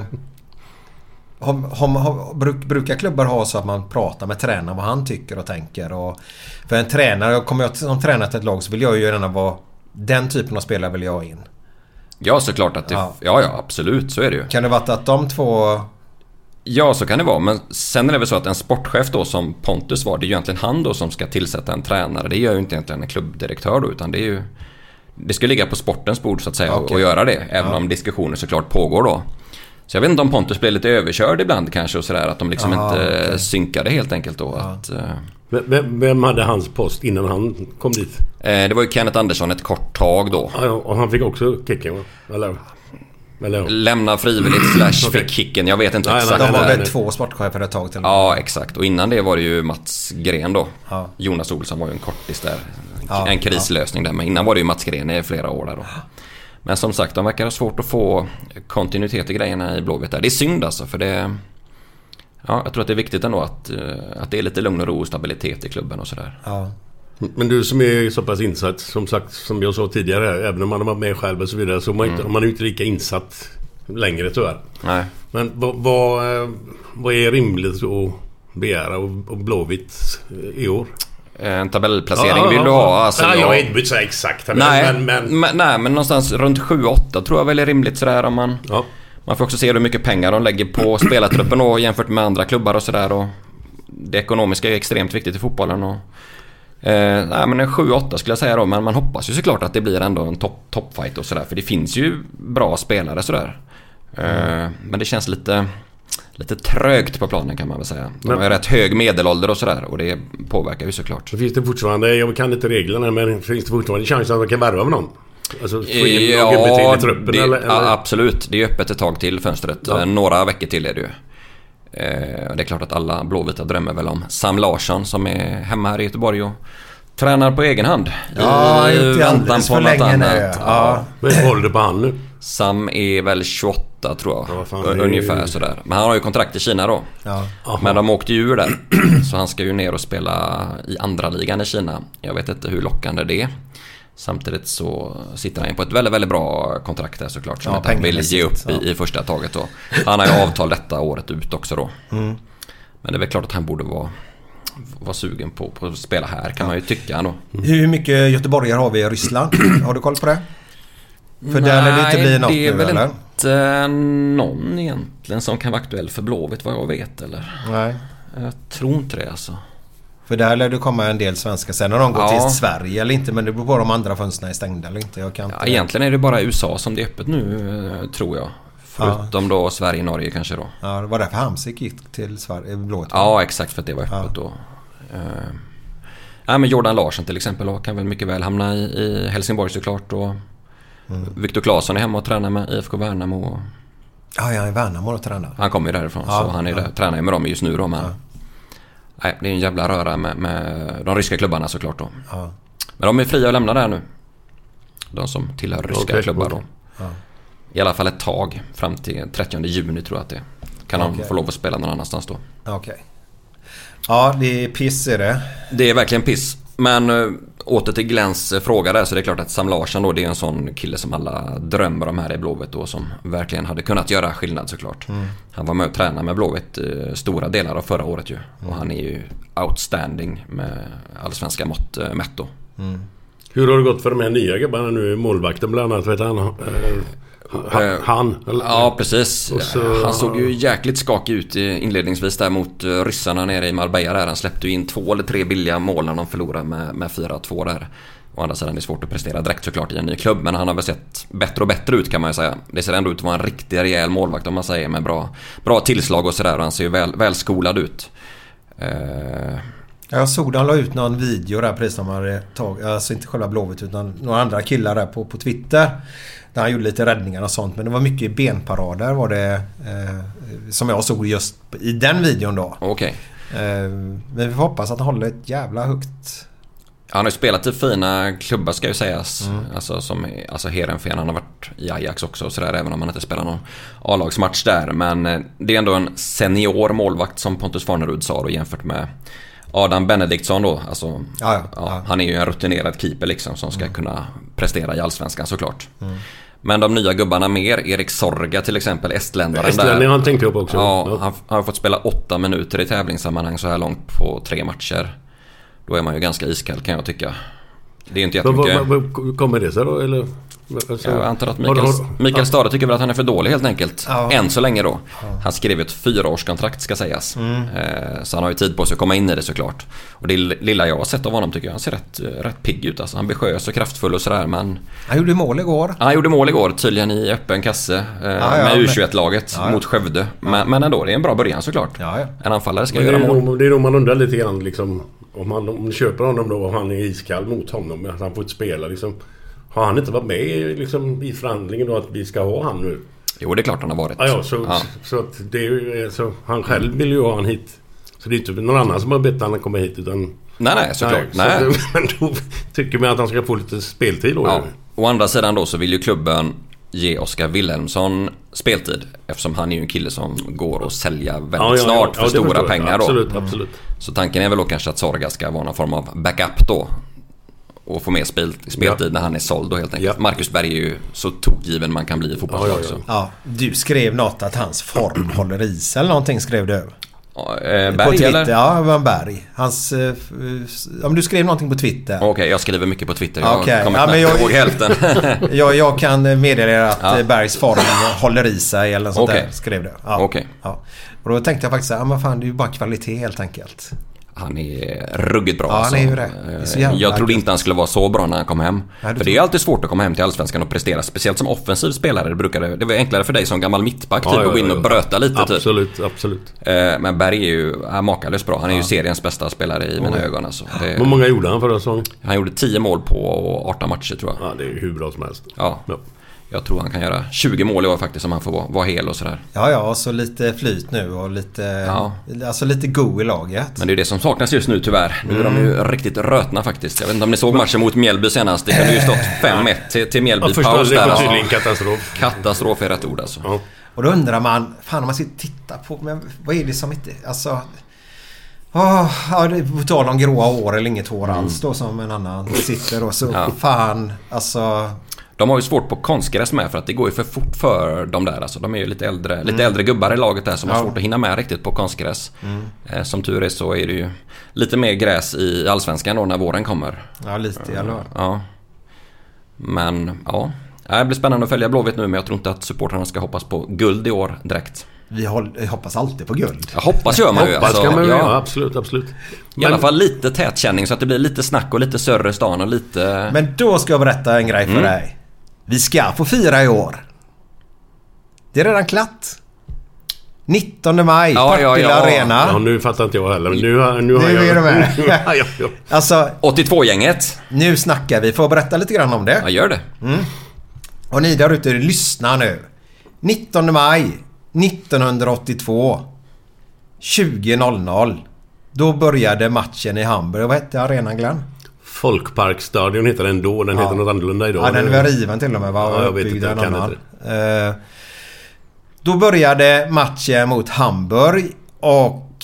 har, har, har, bruk, brukar klubbar ha så att man pratar med tränaren vad han tycker och tänker? Och, för en tränare, kommer jag som tränare till ett lag så vill jag ju gärna vara... Den typen av spelare vill jag ha in.
ja, såklart att det...
Ja.
Ja. ja, absolut. Så är det ju.
Kan det vara att de två...
Ja, så kan det vara. Men sen är det väl så att en sportchef då som Pontus var, det är ju egentligen han då som ska tillsätta en tränare. Det gör ju inte egentligen en klubbdirektör då, utan det är ju... Det ska ligga på sportens bord så att säga och, och göra det. Även om diskussioner såklart pågår då. Så jag vet inte om Pontus blev lite överkörd ibland kanske och sådär. Att de liksom inte synkade helt enkelt då. Att, eh,
Vem- Vem, vem hade hans post innan han kom dit?
eh, det var ju Kenneth Andersson ett kort tag då.
Ja, ja, Och han fick också kicken va? Eller? Eller? ja.
Lämna frivilligt slash fick kicken. Jag vet inte
Nej, nej,
exakt.
De var
där.
väl två sportchefer ett tag till.
Ja, exakt. Och innan det var det ju Mats Gren då. Jonas Olsson var ju en kortis där. en krislösning där. Men innan var det ju Mats Gren i flera år där då. Men som sagt, de verkar ha svårt att få kontinuitet i grejerna i Blåvitt där. Det är synd alltså, för det... Ja, jag tror att det är viktigt ändå att, eh, att det är lite lugn och ro och stabilitet i klubben och sådär.
Men du som är så pass insatt, som sagt, som jag sa tidigare, här, även om man har varit med själv och så vidare, så är man, inte, man är ju inte lika insatt längre tyvärr.
Nej.
Men vad, vad, eh, vad är rimligt att begära av av Blåvitt eh, i år?
Eh, En tabellplacering vill du ha? Alltså,
ja, jag
jag-
har inte bytt så exakt här, men...
Nej,
men, men
men, nej, men någonstans runt 7-8 tror jag väl är rimligt sådär om man...
ja.
Man får också se hur mycket pengar de lägger på spelartruppen och jämfört med andra klubbar och sådär. och Det ekonomiska är extremt viktigt i fotbollen. Och, eh, nej, men en 7-8 skulle jag säga då. Men man hoppas ju såklart att det blir ändå en topp- toppfight och sådär. För det finns ju bra spelare sådär. Eh, men det känns lite, lite trögt på planen kan man väl säga. De har ju rätt hög medelålder och sådär. Och det påverkar ju såklart.
Så finns det fortfarande, jag kan inte reglerna, men finns det fortfarande chans att man kan värva med någon? Alltså få in någon gubbe till i truppen
det,
eller? eller?
ja, absolut. Det är öppet ett tag till fönstret. Eh, Några veckor till är det ju. Eh, och det är klart att alla blåvita drömmer väl om Sam Larsson som är hemma här i Göteborg och tränar på egen hand.
Ja,
I
inte
väntan
alldeles
på
för
något
länge nu.
annat.
Ja.
Men vad håller du på han nu?
Sam är väl 28 tror jag.
Ja, vad fan,
Un-
det är ju-
Ungefär sådär. Men han har ju kontrakt i Kina då.
Ja.
Men de åkte ju ur där. Så han ska ju ner och spela i andra ligan i Kina. Jag vet inte hur lockande det är. Samtidigt så sitter han ju på ett väldigt, väldigt bra kontrakt där såklart. Som
Ja,
inte han vill
pengamässigt,
ge upp
ja.
i, i första taget. Då. Han har ju avtal detta året ut också då.
Mm.
Men det är väl klart att han borde vara, vara sugen på, på att spela här kan man ju tycka ändå.
Hur mycket göteborgare har vi i Ryssland? har du koll på det? För där lär det inte bli något
det är
nu
väl
eller?
inte någon egentligen som kan vara aktuell för Blåvitt vad jag vet eller?
Nej.
Jag tror inte det alltså.
För där lär det komma en del svenskar. Sen har de gått
Ja.
till Sverige eller inte men det beror på om andra fönstren är stängda eller inte. Jag kan inte
Ja, egentligen är det bara USA som det är öppet nu eh, tror jag. Förutom då Sverige och Norge kanske då.
Ja, det var därför Hamsik gick till Sverige, Blåvitt.
Ja, exakt för att det var öppet då. Eh, nej, men Jordan Larsson till exempel då, kan väl mycket väl hamna i, i Helsingborg såklart. Och
Mm.
Viktor Claesson är hemma och tränar med IFK Värnamo. Och
Ah, Ja, jag är i Värnamo och tränar.
han kommer ju därifrån
Ja,
så han är
ja.
där, tränar ju med dem just nu då. Men, nej, det är en jävla röra med, med de ryska klubbarna såklart då.
Ja.
Men de är fria att lämna där nu. De som tillhör ryska
Okej,
klubbar
okej.
då.
Ja.
I alla fall ett tag. Fram till 30 juni tror jag att det är. Kan de
Okej.
få lov att spela någon annanstans då.
Okej. Ja, det är piss är det.
Det är verkligen piss. Men eh, åter till Glens eh, fråga där så det är klart att Sam Larsson då det är en sån kille som alla drömmer om här i Blåvitt då som verkligen hade kunnat göra skillnad såklart. Han var med och tränade med Blåvitt eh, stora delar av förra året ju. Och han är ju outstanding med allsvenska mått eh, mätt då.
Hur har det gått för de här nya gubbarna nu? Målvakten bland annat, vet han? eh, ha- Han? eller-
Eh, Ja precis.
Och så-
Han såg ju jäkligt skakig ut eh, inledningsvis där mot eh, ryssarna nere i Marbella där. Han släppte ju in två eller tre billiga mål när de förlorade med, med 4-2 där. Å andra sidan det är svårt att prestera direkt såklart i en ny klubb men han har väl sett bättre och bättre ut kan man ju säga. Det ser ändå ut att vara en riktig rejäl målvakt om man säger med bra, bra tillslag och sådär och han ser ju väl, välskolad ut. Eh,
Ja, Jag såg de la ut någon video där precis när man hade tagit, alltså inte själva Blåvitt utan några andra killar där på, på Twitter. Där han gjorde lite räddningar och sånt men det var mycket benparader var det eh, som jag såg just i den videon då.
Okej.
Eh, men vi får hoppas att han håller ett jävla högt...
Han har ju spelat i fina klubbar ska ju sägas. Alltså som alltså Heerenveen, han har varit i Ajax också och sådär även om han inte spelar någon A-lagsmatch där. Men eh, det är ändå en senior målvakt som Pontus Farnerud sa då jämfört med Adam Benediktsson då. Alltså,
Ja, ja, ja. Mm.
Han är ju en rutinerad keeper liksom som ska kunna prestera i Allsvenskan såklart. Men de nya gubbarna mer, Erik Sorga till exempel, estländaren
Estländaren han tänkte jag på också.
Ja, han f- har fått spela åtta minuter i tävlingssammanhang så här långt på tre matcher. Då är man ju ganska iskall kan jag tycka. Det är ju inte
Men vad-
jättemycket.
vad- vad- Kommer det sig då eller? Alltså,
jag antar att
har-
Mikael,
har-
Mikael Stare tycker väl att han är för dålig helt enkelt.
Ja. Mm.
Än så länge då. Han skrev ju ett fyraårskontrakt ska sägas. Eh, Så han har ju tid på sig att komma in i det såklart. Och det lilla jag har sett av honom tycker jag han ser rätt, eh, rätt pigg ut. Alltså, ambitiös och kraftfull och sådär men...
Han gjorde mål igår.
Han gjorde mål igår tydligen i öppen kasse eh,
ja,
med
men-
U21-laget
Ja, ja.
mot Skövde. Men, men ändå, det är en bra början såklart.
Ja, ja.
En anfallare ska
Men det,
göra
är
mål.
nog, det är nog man undrar lite grann liksom, om, han, om ni köper honom då, om han är iskall mot honom, att han får inte spela liksom. Har han inte varit med i, liksom, i förhandlingen då att vi ska ha han nu?
Jo, det är klart han har varit.
Ja, ja, så, så, att det är ju, så han själv vill ju ha han hit. Så det är inte någon annan som har bett han att komma hit utan...
Nej, nej, såklart.
Nej, så
Nej.
det- men då tycker man att han ska få lite speltid då.
Ja.
ju.
Å andra sidan då så vill ju klubben ge Oskar Wilhelmsson speltid. Eftersom han är ju en kille som går att sälja väldigt snart för
det förstår
stora
jag.
pengar då. Mm. Typ
Absolut, absolut.
Så tanken är väl då kanske att Sorga ska vara någon form av backup då. Och få mer spel, speltid när han är såld då helt enkelt.
Ja.
Marcus Berg är ju så tokgiven man kan bli i fotbollslag
Ja, ja, ja.
också.
Ja, du skrev något att hans form håller i sig eller någonting skrev du.
Ja, eh,
på
Berg
Twitter,
eller?
ja, det var en Berg. Hans... eh, f- eh, Om du skrev någonting på Twitter.
Okej, jag skriver mycket på Twitter. Jag
Okej.
kommer
Ja,
knappt
men jag-
ihåg hälften.
Jag, jag kan meddela er att eh, Bergs form håller i sig eller något sånt
Okej.
där skrev du.
Okej.
Ja. Och då tänkte jag faktiskt så här, ja men fan det är ju bara kvalitet helt enkelt.
Han är ruggigt bra alltså.
Ja, han är ju det. Det är så jävla
Jag trodde
gött.
inte han skulle vara så bra när han kom hem.
Nej, du
för det är
tror-
alltid svårt att komma hem till Allsvenskan och prestera. Speciellt som offensiv spelare. Det, brukade, det var enklare för dig som gammal mittback typ,
Ja, ja,
att gå in
ja,
och
ja.
bröta lite typ.
Absolut, absolut.
Eh, Men Berg är ju ja, makalöst bra. Han är ju seriens bästa spelare i mina ögon alltså. det,
Hur många gjorde han förra säsongen?
Han gjorde 10 mål på 18 matcher tror jag.
Ja, det är ju hur bra som helst.
Ja. Jag tror han kan göra 20 mål i år faktiskt om han får vara, vara hel och sådär.
Ja, ja, och så lite flyt nu och lite...
Ja.
Alltså lite go i laget.
Men det är det som saknas just nu tyvärr. Nu är de
Mm.
ju riktigt rötna faktiskt. Jag vet inte om ni såg matchen mot Mjällby senast. Det kunde ju stått 5-1 till, till Mjällby.
Ja, första
Paus
halvlek
där,
var
alltså.
tydligen katastrof.
Katastrof är rätt ord alltså.
Ja.
Och då undrar man, fan om man sitter och tittar på, men vad är det som inte... Alltså... Ah, ja, det på tal om gråa hår eller inget hår alls då som en annan sitter och så
Mm. Ja.
fan alltså.
De har ju svårt på konstgräs med för att det går ju för fort för de där alltså. De är ju lite äldre,
Mm.
lite äldre gubbar i laget där som
Ja.
har svårt att hinna med riktigt på konstgräs.
Mm.
Eh, Som tur är så är det ju lite mer gräs i Allsvenskan då när våren kommer.
Ja lite i alla fall.
Ja. Men ja. Ja, Det blir spännande att följa Blåvitt nu men jag tror inte att supportrarna ska hoppas på guld i år direkt.
Vi håll- hoppas alltid på guld.
Jag hoppas gör man ju. Alltså,
Hoppas kan man ju göra, absolut, absolut.
I alla fall lite tätkänning så att det blir lite snack och lite större i stan och lite...
Men då ska jag berätta en grej för
Mm.
dig. Vi ska få fira i år. Det är redan klart. 19 maj, Partille Arena.
Ja, nu fattar inte jag heller. Men nu, har- nu har
Nu
jag...
är de med.
Ja, ja, ja.
Alltså,
82-gänget.
nu snackar vi. Får jag berätta lite grann om det?
Ja, gör det.
Och ni där ute, lyssna nu. 19 maj 1982. 20.00. Då började matchen i Hamburg. Vad hette arenan Glenn?
Folkparkstadion heter den då. Den heter något annorlunda idag.
Ja, den var riven till och med va?
Ja, jag vet
Uppbyggd
inte. Jag
en
kan
annan.
inte.
Eh, Då började matchen mot Hamburg och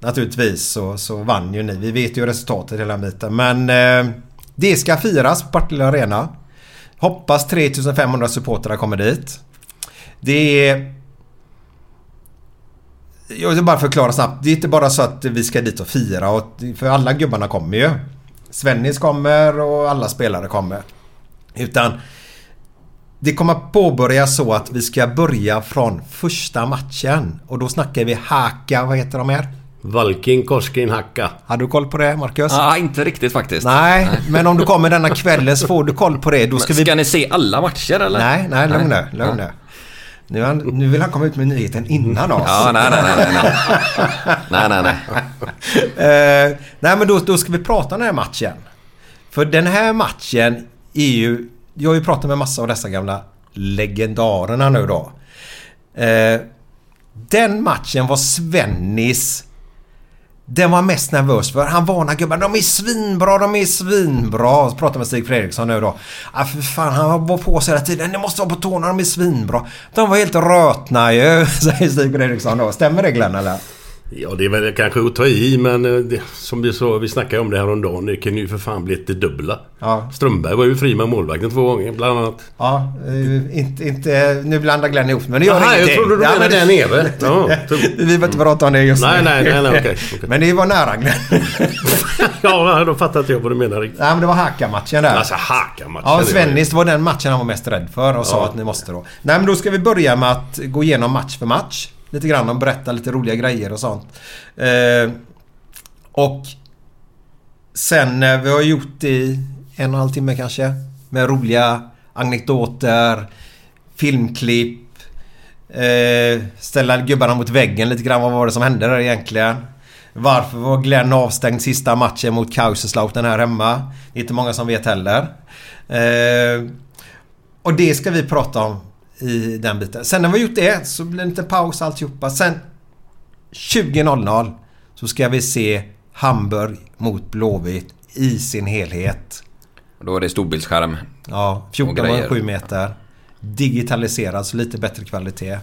naturligtvis så, så vann ju ni. Vi vet ju resultatet hela biten. Men eh, det ska firas på Partille Arena. Hoppas 3500 supportrar kommer dit. Det är... Jag vill bara förklara snabbt. Det är inte bara så att vi ska dit och fira. Och, för alla gubbarna kommer ju. Svennis kommer och alla spelare kommer. Utan det kommer att påbörjas så att vi ska börja från första matchen. Och då snackar vi Haka, vad heter de här?
Valkin, Koskin, Hacka.
Har du koll på det Marcus?
Ah, inte riktigt faktiskt.
Nej, men om du kommer denna kvällen så får du koll på det. Då ska
Ska,
vi...
ska ni se alla matcher eller?
Nej, nej, lugn nu. Lugn nu. Nu, är han- nu vill han komma ut med nyheten innan oss.
Ja, nej, nej, nej, nej. nej. nej, nej, nej.
Eh, nej men då, då ska vi prata om den här matchen. För den här matchen är ju... Jag har ju pratat med massa av dessa gamla legendarerna nu då. Eh, den matchen var Svennis... Den var mest nervös för. Han varnade gubbarna. De är svinbra, de är svinbra. Så pratar med Stig Fredriksson nu då. Ah, för fan, han var på sig hela tiden. Ni måste vara på tårna, de är svinbra. De var helt rötna ju, säger Stig Fredriksson då. Stämmer det Glenn eller?
Ja, det är väl kanske att ta i, men eh, det, som vi, så, vi snackade om det här om dagen. Det kan ju för fan bli det dubbla.
Ja.
Strömberg var ju fri med målvakten två gånger, bland annat.
Ja, eh, inte, inte, nu blandar Glenn ihop men det gör
Jaha,
ingenting.
jag trodde du
Ja,
menade där
men-
nere. Ja, tro-
Vi behöver inte prata om det just
Nej,
nu.
nej, nej, nej, okej, okej.
Men det var nära Glenn.
ja, då fattar inte jag vad du menar riktigt.
nej, men det var Haka-matchen där.
Alltså, Hacka-matchen.
ja, Svennis det var den matchen han var mest rädd för och sa att ni måste då. Nej, men då ska vi börja med att gå igenom match för match. Lite grann och berätta lite roliga grejer och sånt. Eh, och sen, eh, vi har gjort det i en och en halv timme kanske. Med roliga anekdoter, filmklipp. Eh, ställa gubbarna mot väggen lite grann. Vad var det som hände där egentligen? Varför var Glenn avstängd sista matchen mot Kaiserslautern här hemma? Det är inte många som vet heller. Eh, och det ska vi prata om i den biten. Sen när vi har gjort det så blir det lite paus alltihopa. Sen 20.00 så ska vi se Hamburg mot Blåvitt i sin helhet.
Då är det storbildsskärm.
Ja,
Och
14,7
grejer.
meter. Digitaliserad, så lite bättre kvalitet.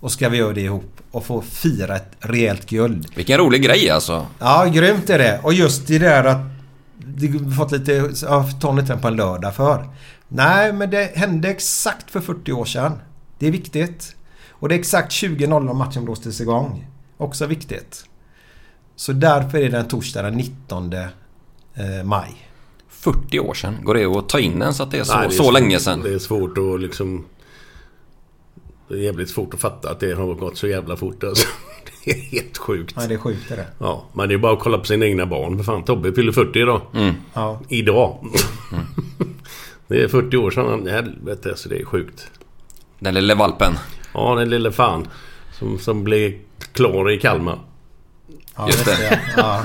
Och ska vi göra det ihop och få fira ett rejält guld.
Vilken rolig grej alltså.
Ja, grymt är det. Och just det där att... det- Vi fått lite... Ja, ta lite på en lördag för. Nej, men det hände exakt för 40 år sedan. Det är viktigt. Och det är exakt 20.00 matchen blåstes igång. Också viktigt. Så därför är det en torsdag den 19 eh, maj.
40 år sedan. Går det att ta in ens att det är så,
Nej, det är
så
svårt.
länge sedan?
Det är svårt att liksom... Det är jävligt svårt att fatta att det har gått så jävla fort alltså. Det är helt sjukt.
Nej, det är sjukt är det.
Ja, men det är bara att kolla på sina egna barn. För fan, Tobbe fyller 40 idag.
Mm.
Ja.
Idag. det är 40 år sedan. Helvete, så det är sjukt.
Den lille valpen.
Ja, den lille fan. Som, som blev klar i Kalmar.
Ja,
Just det.
Ja.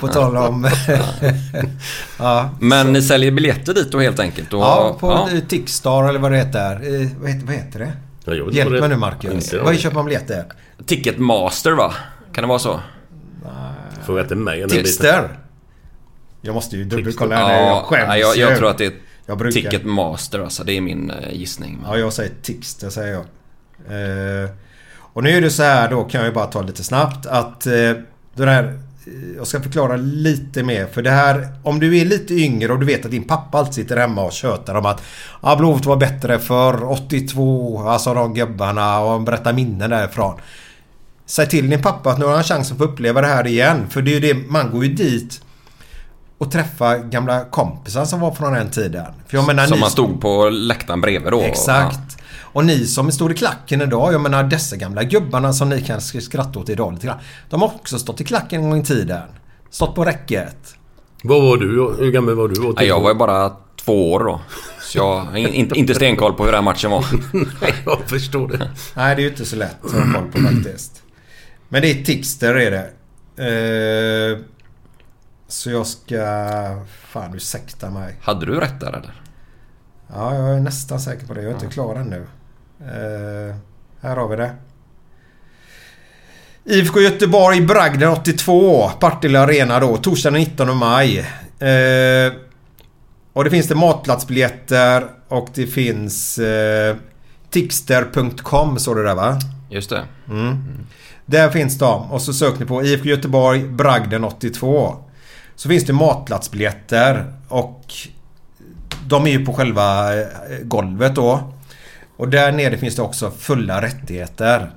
På tal om... ja.
Men ni säljer biljetter dit då helt enkelt? Och,
ja, på
ja.
eh, Tickstar eller vad det heter. Eh, Vad heter, vad heter det?
Ja, jag vet inte
Hjälp
vad det-
mig nu
Inte
Marcus.
jag
Vad
vet.
köper man biljetter?
Ticketmaster va? Kan det vara så?
Fråga inte mig om den biten.
Tickster? Jag måste ju dubbelkolla här nu. Jag
Ja,
skäms
nej, jag,
ju.
jag tror att det är
Jag brukar-
Ticketmaster alltså. Det är min eh, gissning.
Ja, jag säger Tickster säger jag. Eh, och nu är det så här då kan jag ju bara ta lite snabbt att eh, Den här, eh, jag ska förklara lite mer för det här om du är lite yngre och du vet att din pappa alltid sitter hemma och tjötar om att ah, Blåvitt var bättre för 82, alltså de gubbarna och han berättar minnen därifrån. Säg till din pappa att nu har han chansen att få uppleva det här igen för det är ju det, man går ju dit och träffa gamla kompisar som var från den tiden. För jag menar,
som
ni-
man stod på läktaren bredvid då.
Exakt. Och ni som står i klacken idag, jag menar dessa gamla gubbarna som ni kanske skrattar åt idag lite grann. De har också stått i klacken en gång i tiden. Stått på räcket.
Vad var du? Hur gammal var du?
Ja, jag var ju bara två år då. Så jag har in, in, inte stenkoll på hur den matchen var.
Nej, jag förstår det.
Nej, det är ju inte så lätt att ha koll på faktiskt. Men det är tipster är det. Eh, så jag ska... Fan, ursäkta mig.
Hade du rätt där eller?
Ja, jag är nästan säker på det. Jag är inte klar ännu. Eh, här har vi det. IFK Göteborg, Bragden 82. Partille Arena då. Torsdagen den 19 maj. Eh, och det finns det matplatsbiljetter och det finns eh, Tixter.com såg du där va?
Just det.
Mm. Där finns de och så söker ni på IFK Göteborg Bragden 82. Så finns det matplatsbiljetter och de är ju på själva eh, golvet då. Och där nere finns det också fulla rättigheter.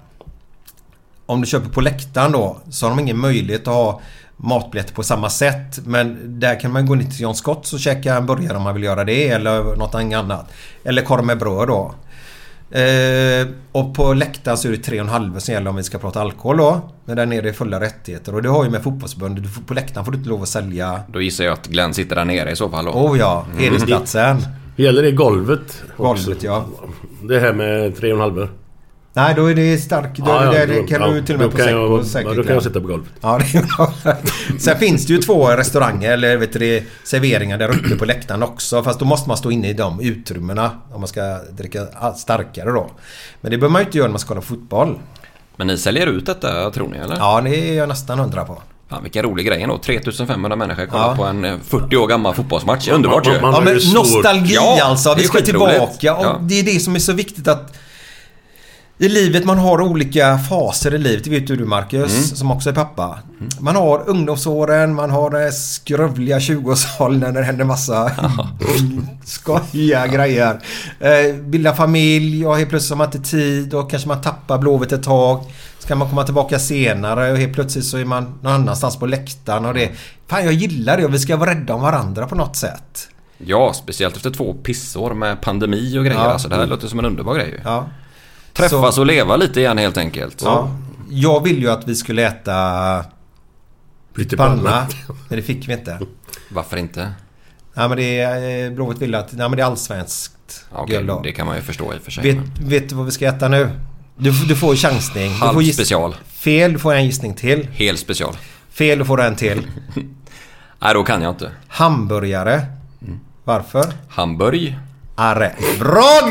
Om du köper på läktaren då så har de ingen möjlighet att ha matbiljetter på samma sätt. Men där kan man gå ner till John Scotts och käka en burgare om man vill göra det eller något annat. Eller korv med bröd då. Eh, och på läktaren så är det tre och en halv som gäller om vi ska prata alkohol då. Men där nere är det fulla rättigheter och det har ju med fotbollsförbundet. Du får- På läktaren får du inte lov att sälja.
Då gissar jag att Glenn sitter där nere i så fall. då.
Oh ja, hedersplatsen.
Gäller det golvet?
Golvet ja.
Det här med tre och en halv.
Nej då är det stark. Då,
Ja, ja,
där
då-
kan
ja,
du till och med
då
på
kan
Secco
jag-
säkert.
ja, då kan jag sitta på golvet.
Ja, det är bra. Sen finns det ju två restauranger eller vet du, det, serveringar där uppe på läktaren också. Fast då måste man stå inne i de utrymmena om man ska dricka starkare då. Men det behöver man ju inte göra när man ska kolla fotboll.
Men ni säljer ut detta tror ni eller?
Ja, det är jag nästan hundra på.
Fan vilken rolig grej ändå. 3500 människor kollar
Ja.
på en eh, 40 år gammal fotbollsmatch. Underbart ju.
ja, men nostalgi alltså.
det
Vi
är
ska
skitroligt.
tillbaka och
Ja.
det är det som är så viktigt att i livet man har olika faser i livet. Det vet ju du Marcus
Mm.
som också är pappa. Man har ungdomsåren, man har det skrövliga 20-årsåldern när det händer massa skojiga grejer. Eh, bilda familj och helt plötsligt har man inte tid och kanske man tappar Blåvitt ett tag. Så kan man komma tillbaka senare och helt plötsligt så är man någon annanstans på läktaren och det... Fan jag gillar det och vi ska vara rädda om varandra på något sätt.
Ja, speciellt efter två pissår med pandemi och grejer.
Ja.
Alltså, det här låter som en underbar grej ju.
Ja.
Träffas och leva lite igen helt enkelt.
Ja. Jag ville ju att vi skulle äta panna.
Pyttipanna.
Men det fick vi inte.
Varför inte?
Nej men det är... eh, Blåvitt ville att... Nej men det är allsvenskt.
Ja, Okej,
guld då.
det kan man ju förstå i och för sig.
Vet,
men-
vet du vad vi ska äta nu? Du, f- du får chansning. Du
Halv
får giss-
special.
Fel, du får en gissning till.
Hel special.
Fel, du får en till.
Nej, då kan jag inte.
Hamburgare.
Mm.
Varför?
Hamburg.
Arre. Bra!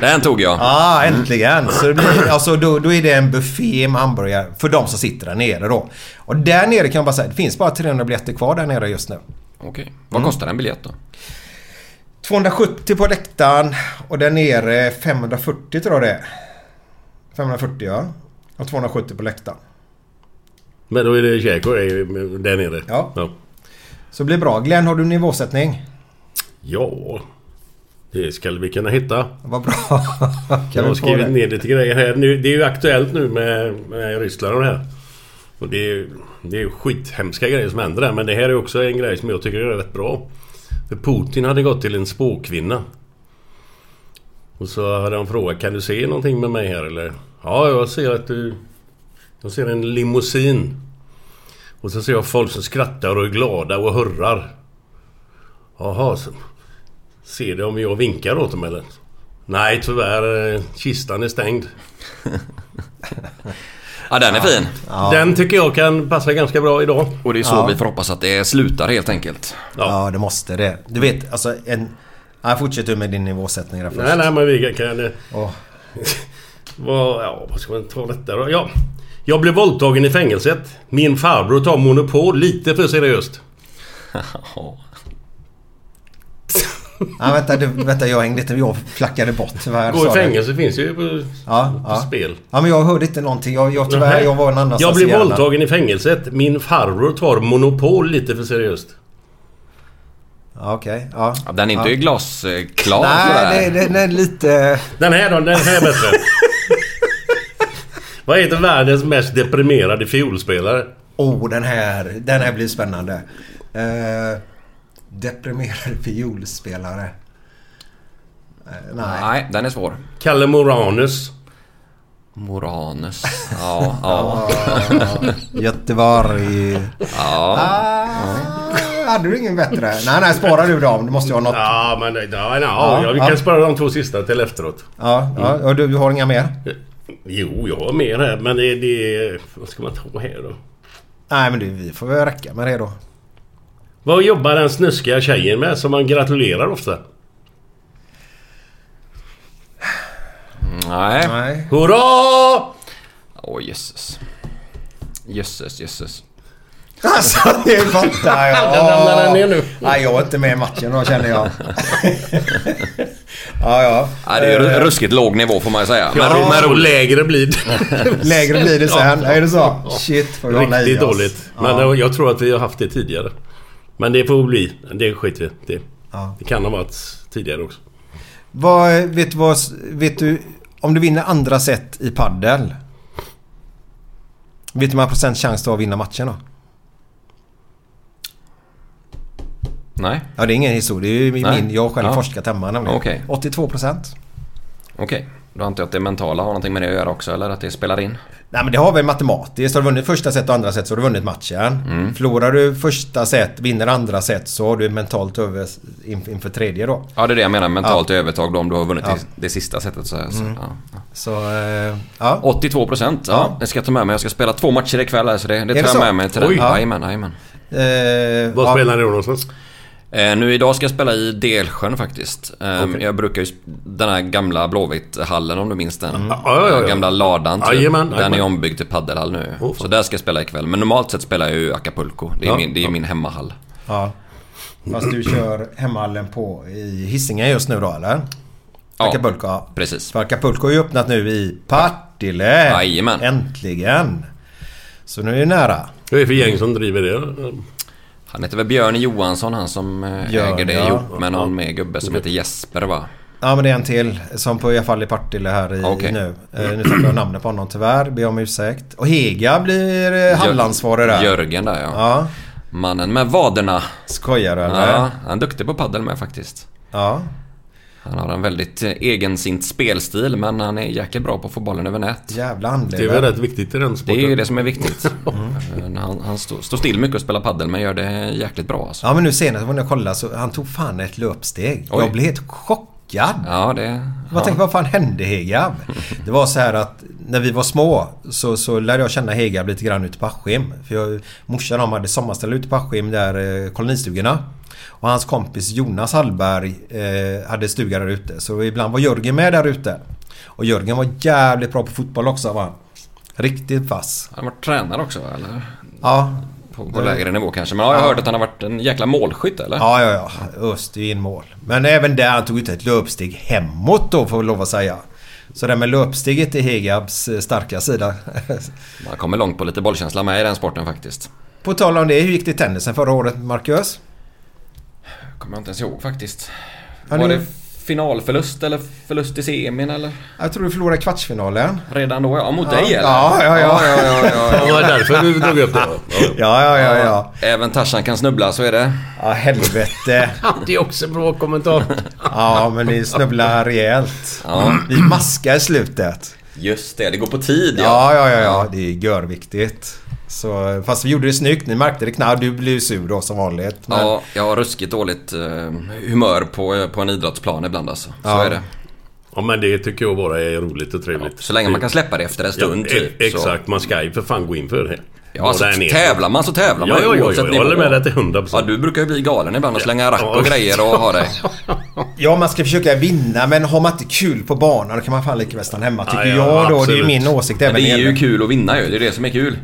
Den tog jag.
Ja, ah, äntligen. Så det blir, alltså, då, då är det en buffé med hamburgare för de som sitter där nere då. Och där nere kan jag bara säga, det finns bara 300 biljetter kvar där nere just nu.
Okej. Vad
Mm.
kostar en biljett då?
270 på läktaren och där nere 540 tror jag det är. 540 ja. Och 270 på läktaren.
Men då är det käk och det är där nere.
Ja.
ja.
Så det blir bra. Glenn, har du nivåsättning?
Ja, det ska vi kunna hitta.
Vad bra.
jag
vi
har
få
skrivit
det?
ner lite grejer här. Nu, det är ju aktuellt nu med, med Ryssland och det här. Och det är, ju- det är ju skithemska grejer som händer där. Men det här är också en grej som jag tycker är rätt bra. För Putin hade gått till en spåkvinna. Och så hade han frågat Kan du se någonting med mig här eller? Ja, jag ser att du... Jag ser en limousin. Och så ser jag folk som skrattar och är glada och hurrar. Jaha, så, ser du om jag vinkar åt dem eller? Nej tyvärr, eh, kistan är stängd.
Ja, den är fin.
Den tycker jag kan passa ganska bra idag.
Och det är så
Ja.
vi får hoppas att det slutar helt enkelt.
Ja. det måste det. Du vet, alltså en... Nej, fortsätt du med din nivåsättning där först.
Nej, nej men vi kan... kan
Åh.
vad, ja, vad ska man ta detta då? Ja. Jag blev våldtagen i fängelset. Min farbror tar monopol lite för seriöst.
Ja, vänta, du, vänta, jag hängde inte med. Jag flackade bort. Vad jag
Gå i
sa där.
fängelse finns ju på,
Ja,
på
ja.
spel.
Ja, men jag hörde inte någonting. Jag, jag, tyvärr,
Nej.
jag var en annan
Jag blev våldtagen i fängelset. Min farbror tar monopol lite för seriöst.
Ja, Okej, ja.
Ja, den är inte
Ja.
glasklar
Nej, det, det, det är lite...
Den här då, den här är bättre. Vad heter världens mest deprimerade fiolspelare?
Oh, den här, den här blir spännande. Eh, deprimerad fiolspelare. Eh, nej.
Nej, den är svår.
Kalle Moranus.
Moranus. Ja, ja.
Göteborg.
ja.
Ah, Hade du ingen bättre? Nej, nej, spara du dem. Du måste ju ha något. Ja,
Ja, men nej, nej, nej, ja, vi
ja.
kan spara de två sista till efteråt.
ja,
Mm.
Och du, du har inga mer?
Jo, jag har mer här, men det, det... Vad ska man ta här då?
Nej, men det, vi får väl räcka med det då.
Vad jobbar den snuskiga tjejen med som man gratulerar ofta?
Nej.
Nej.
Hurra!
Åh jösses. Jösses, jösses.
Alltså, det fattar jag.
Den ramlar den ner nu.
Nej, jag är inte med i matchen då känner jag. ja, ja.
Ja, det är
Eh.
ju ruskigt låg nivå får man ju säga. Men,
Ja,
men
men
roligt.
lägre blir det.
Lägre blir det sen. Är det så? Shit, får vi hålla i
Riktigt
oss.
dåligt. Men det- jag tror att vi har haft det tidigare. Men det får bli. Det skiter vi i. det.
Ja.
Det kan ha varit tidigare också.
Vad, vet, du vad, vet du om du vinner andra set i paddel Vet du hur många procent chans du har att vinna matchen då?
Nej,
Ja det är ingen historia. Det är ju min,
Nej.
jag har själv
Ja.
forskat hemma nämligen.
Okej.
82 procent.
okej. Då antar jag att det mentala har någonting med det att göra också eller att det spelar in.
Nej men det har väl matematiskt. Har du vunnit första set och andra set så har du vunnit matchen.
Mm.
Förlorar du första set, vinner andra set så har du mentalt över in- inför tredje då.
Ja, det är det jag menar. Mentalt övertag då om du har vunnit i det sista sättet. Så, så, ja.
Så eh, ja.
82 procent. Ja, det ska jag ta med mig. Jag ska spela två matcher ikväll här, så det, det
det
tar jag
så?
med mig till
Oj.
dig.
Ja.
Jajamän, jajamän.
Eh,
Vad
ja.
spelar ni då någonstans?
Eh, nu idag ska jag spela i Delsjön faktiskt. Eh, Jag brukar ju sp- den här gamla Blåvitt-hallen om du minns den.
Ja, ja, ja.
Den gamla ladan typ.
Jajamän,
Den
jajamän.
är ombyggd till paddelhall nu.
Åh,
så
fan.
där ska jag spela ikväll. Men normalt sett spelar jag ju Acapulco. Det är,
Ja,
min, det är min hemmahall.
Ja. Fast du kör hemmahallen på i Hisingen just nu då eller?
Ja.
Acapulco. ja.
Precis.
För Acapulco har ju öppnat nu i Partille.
Jajamän.
Äntligen. Så nu är det nära.
Vad är det för gäng som driver det?
Han heter väl Björn Johansson han som eh,
Björn,
äger det
ja.
ihop med någon mer gubbe som heter Jesper va?
Ja men det är en till som på i alla fall i Partille här i
Okej.
nu. Eh, nu tappade jag namnet på honom tyvärr. Ber om ursäkt. Och Hega blir eh, hallansvarig där.
Jörgen där ja.
Ja.
Mannen med vaderna.
Skojar du eller?
Ja,
Ja.
han är duktig på paddel med faktiskt. Han har en väldigt eh, egensint spelstil men han är jäkligt bra på att få bollen över nät.
Jävla
Det är väl
handleder.
rätt viktigt i den
Det är
sporten.
ju det som är viktigt.
Mm.
Eh, Han, han står står still mycket och spelar paddel men gör det jäkligt bra alltså.
Ja men nu senast när jag kollade så han tog fan ett löpsteg.
Oj.
Jag blev helt chockad.
Ja, det...
Man tänker vad fan hände Hegab? Det var så här att när vi var små så, så lärde jag känna Hegab lite grann ute på Askim. För jag, morsan och de hade sommarställe ute på Askim där eh, kolonistugorna. Och hans kompis Jonas Hallberg eh, hade stuga där ute. Så ibland var Jörgen med där ute. Och Jörgen var jävligt bra på fotboll också var han. Riktigt vass.
Han har varit tränare också va, eller?
Ja.
På, på lägre nivå kanske. Men ja, jag har hört att han har varit en jäkla målskytt eller?
Ja, ja, ja. Öste ju in mål. Men även där han tog ut ett löpsteg hemåt då får vi lov att säga. Så det här med löpsteget är Hegabs eh, starka sida.
Man kommer långt på lite bollkänsla med i den sporten faktiskt.
På tal om det, hur gick det i tennisen förra året Marcus?
Kommer jag inte ens ihåg faktiskt.
Ja,
Var
det-
det finalförlust eller förlust i semin eller?
Jag tror du förlorade kvartsfinalen.
Redan då ja, mot dig eller?
Ja, ja, ja.
ja, ja, ja, ja.
Ja, det var därför du drog upp det. va? Ja.
Ja, ja, ja, ja.
Även Tarzan kan snubbla, så är det.
Ja, helvete.
Det är också en bra kommentar.
Ja, men ni snubblar rejält.
Ja.
Vi maskar i slutet.
Just det, det går på tid
Ja, ja, ja, ja. Det är görviktigt. Så, fast vi gjorde det snyggt. Ni märkte det knappt. Du blev ju sur då som vanligt. Men,
Ja, jag har ruskigt dåligt eh, humör på, eh, på en idrottsplan ibland alltså. Så
Ja.
är det.
Ja, men det tycker jag bara är roligt och trevligt.
Så länge man kan släppa det efter en stund
ja,
typ.
e- Exakt, man ska ju för fan gå in för det.
Så. Ja, alltså,
Där nere.
tävlar man så tävlar man
Ja, ja, ja,
oavsett
jag
nivå.
håller med dig till 100%.
Ja, du brukar ju bli galen ibland och slänga rack
Ja.
och grejer och ha dig.
Ja, man ska försöka vinna. Men har man inte kul på banan då kan man fan lika väl stanna hemma. Tycker
Ja,
jag
ja,
då. Det är
absolut.
ju min åsikt
Men
även
det är
när
ju
gäller-
kul att vinna ju. Det är det som är kul.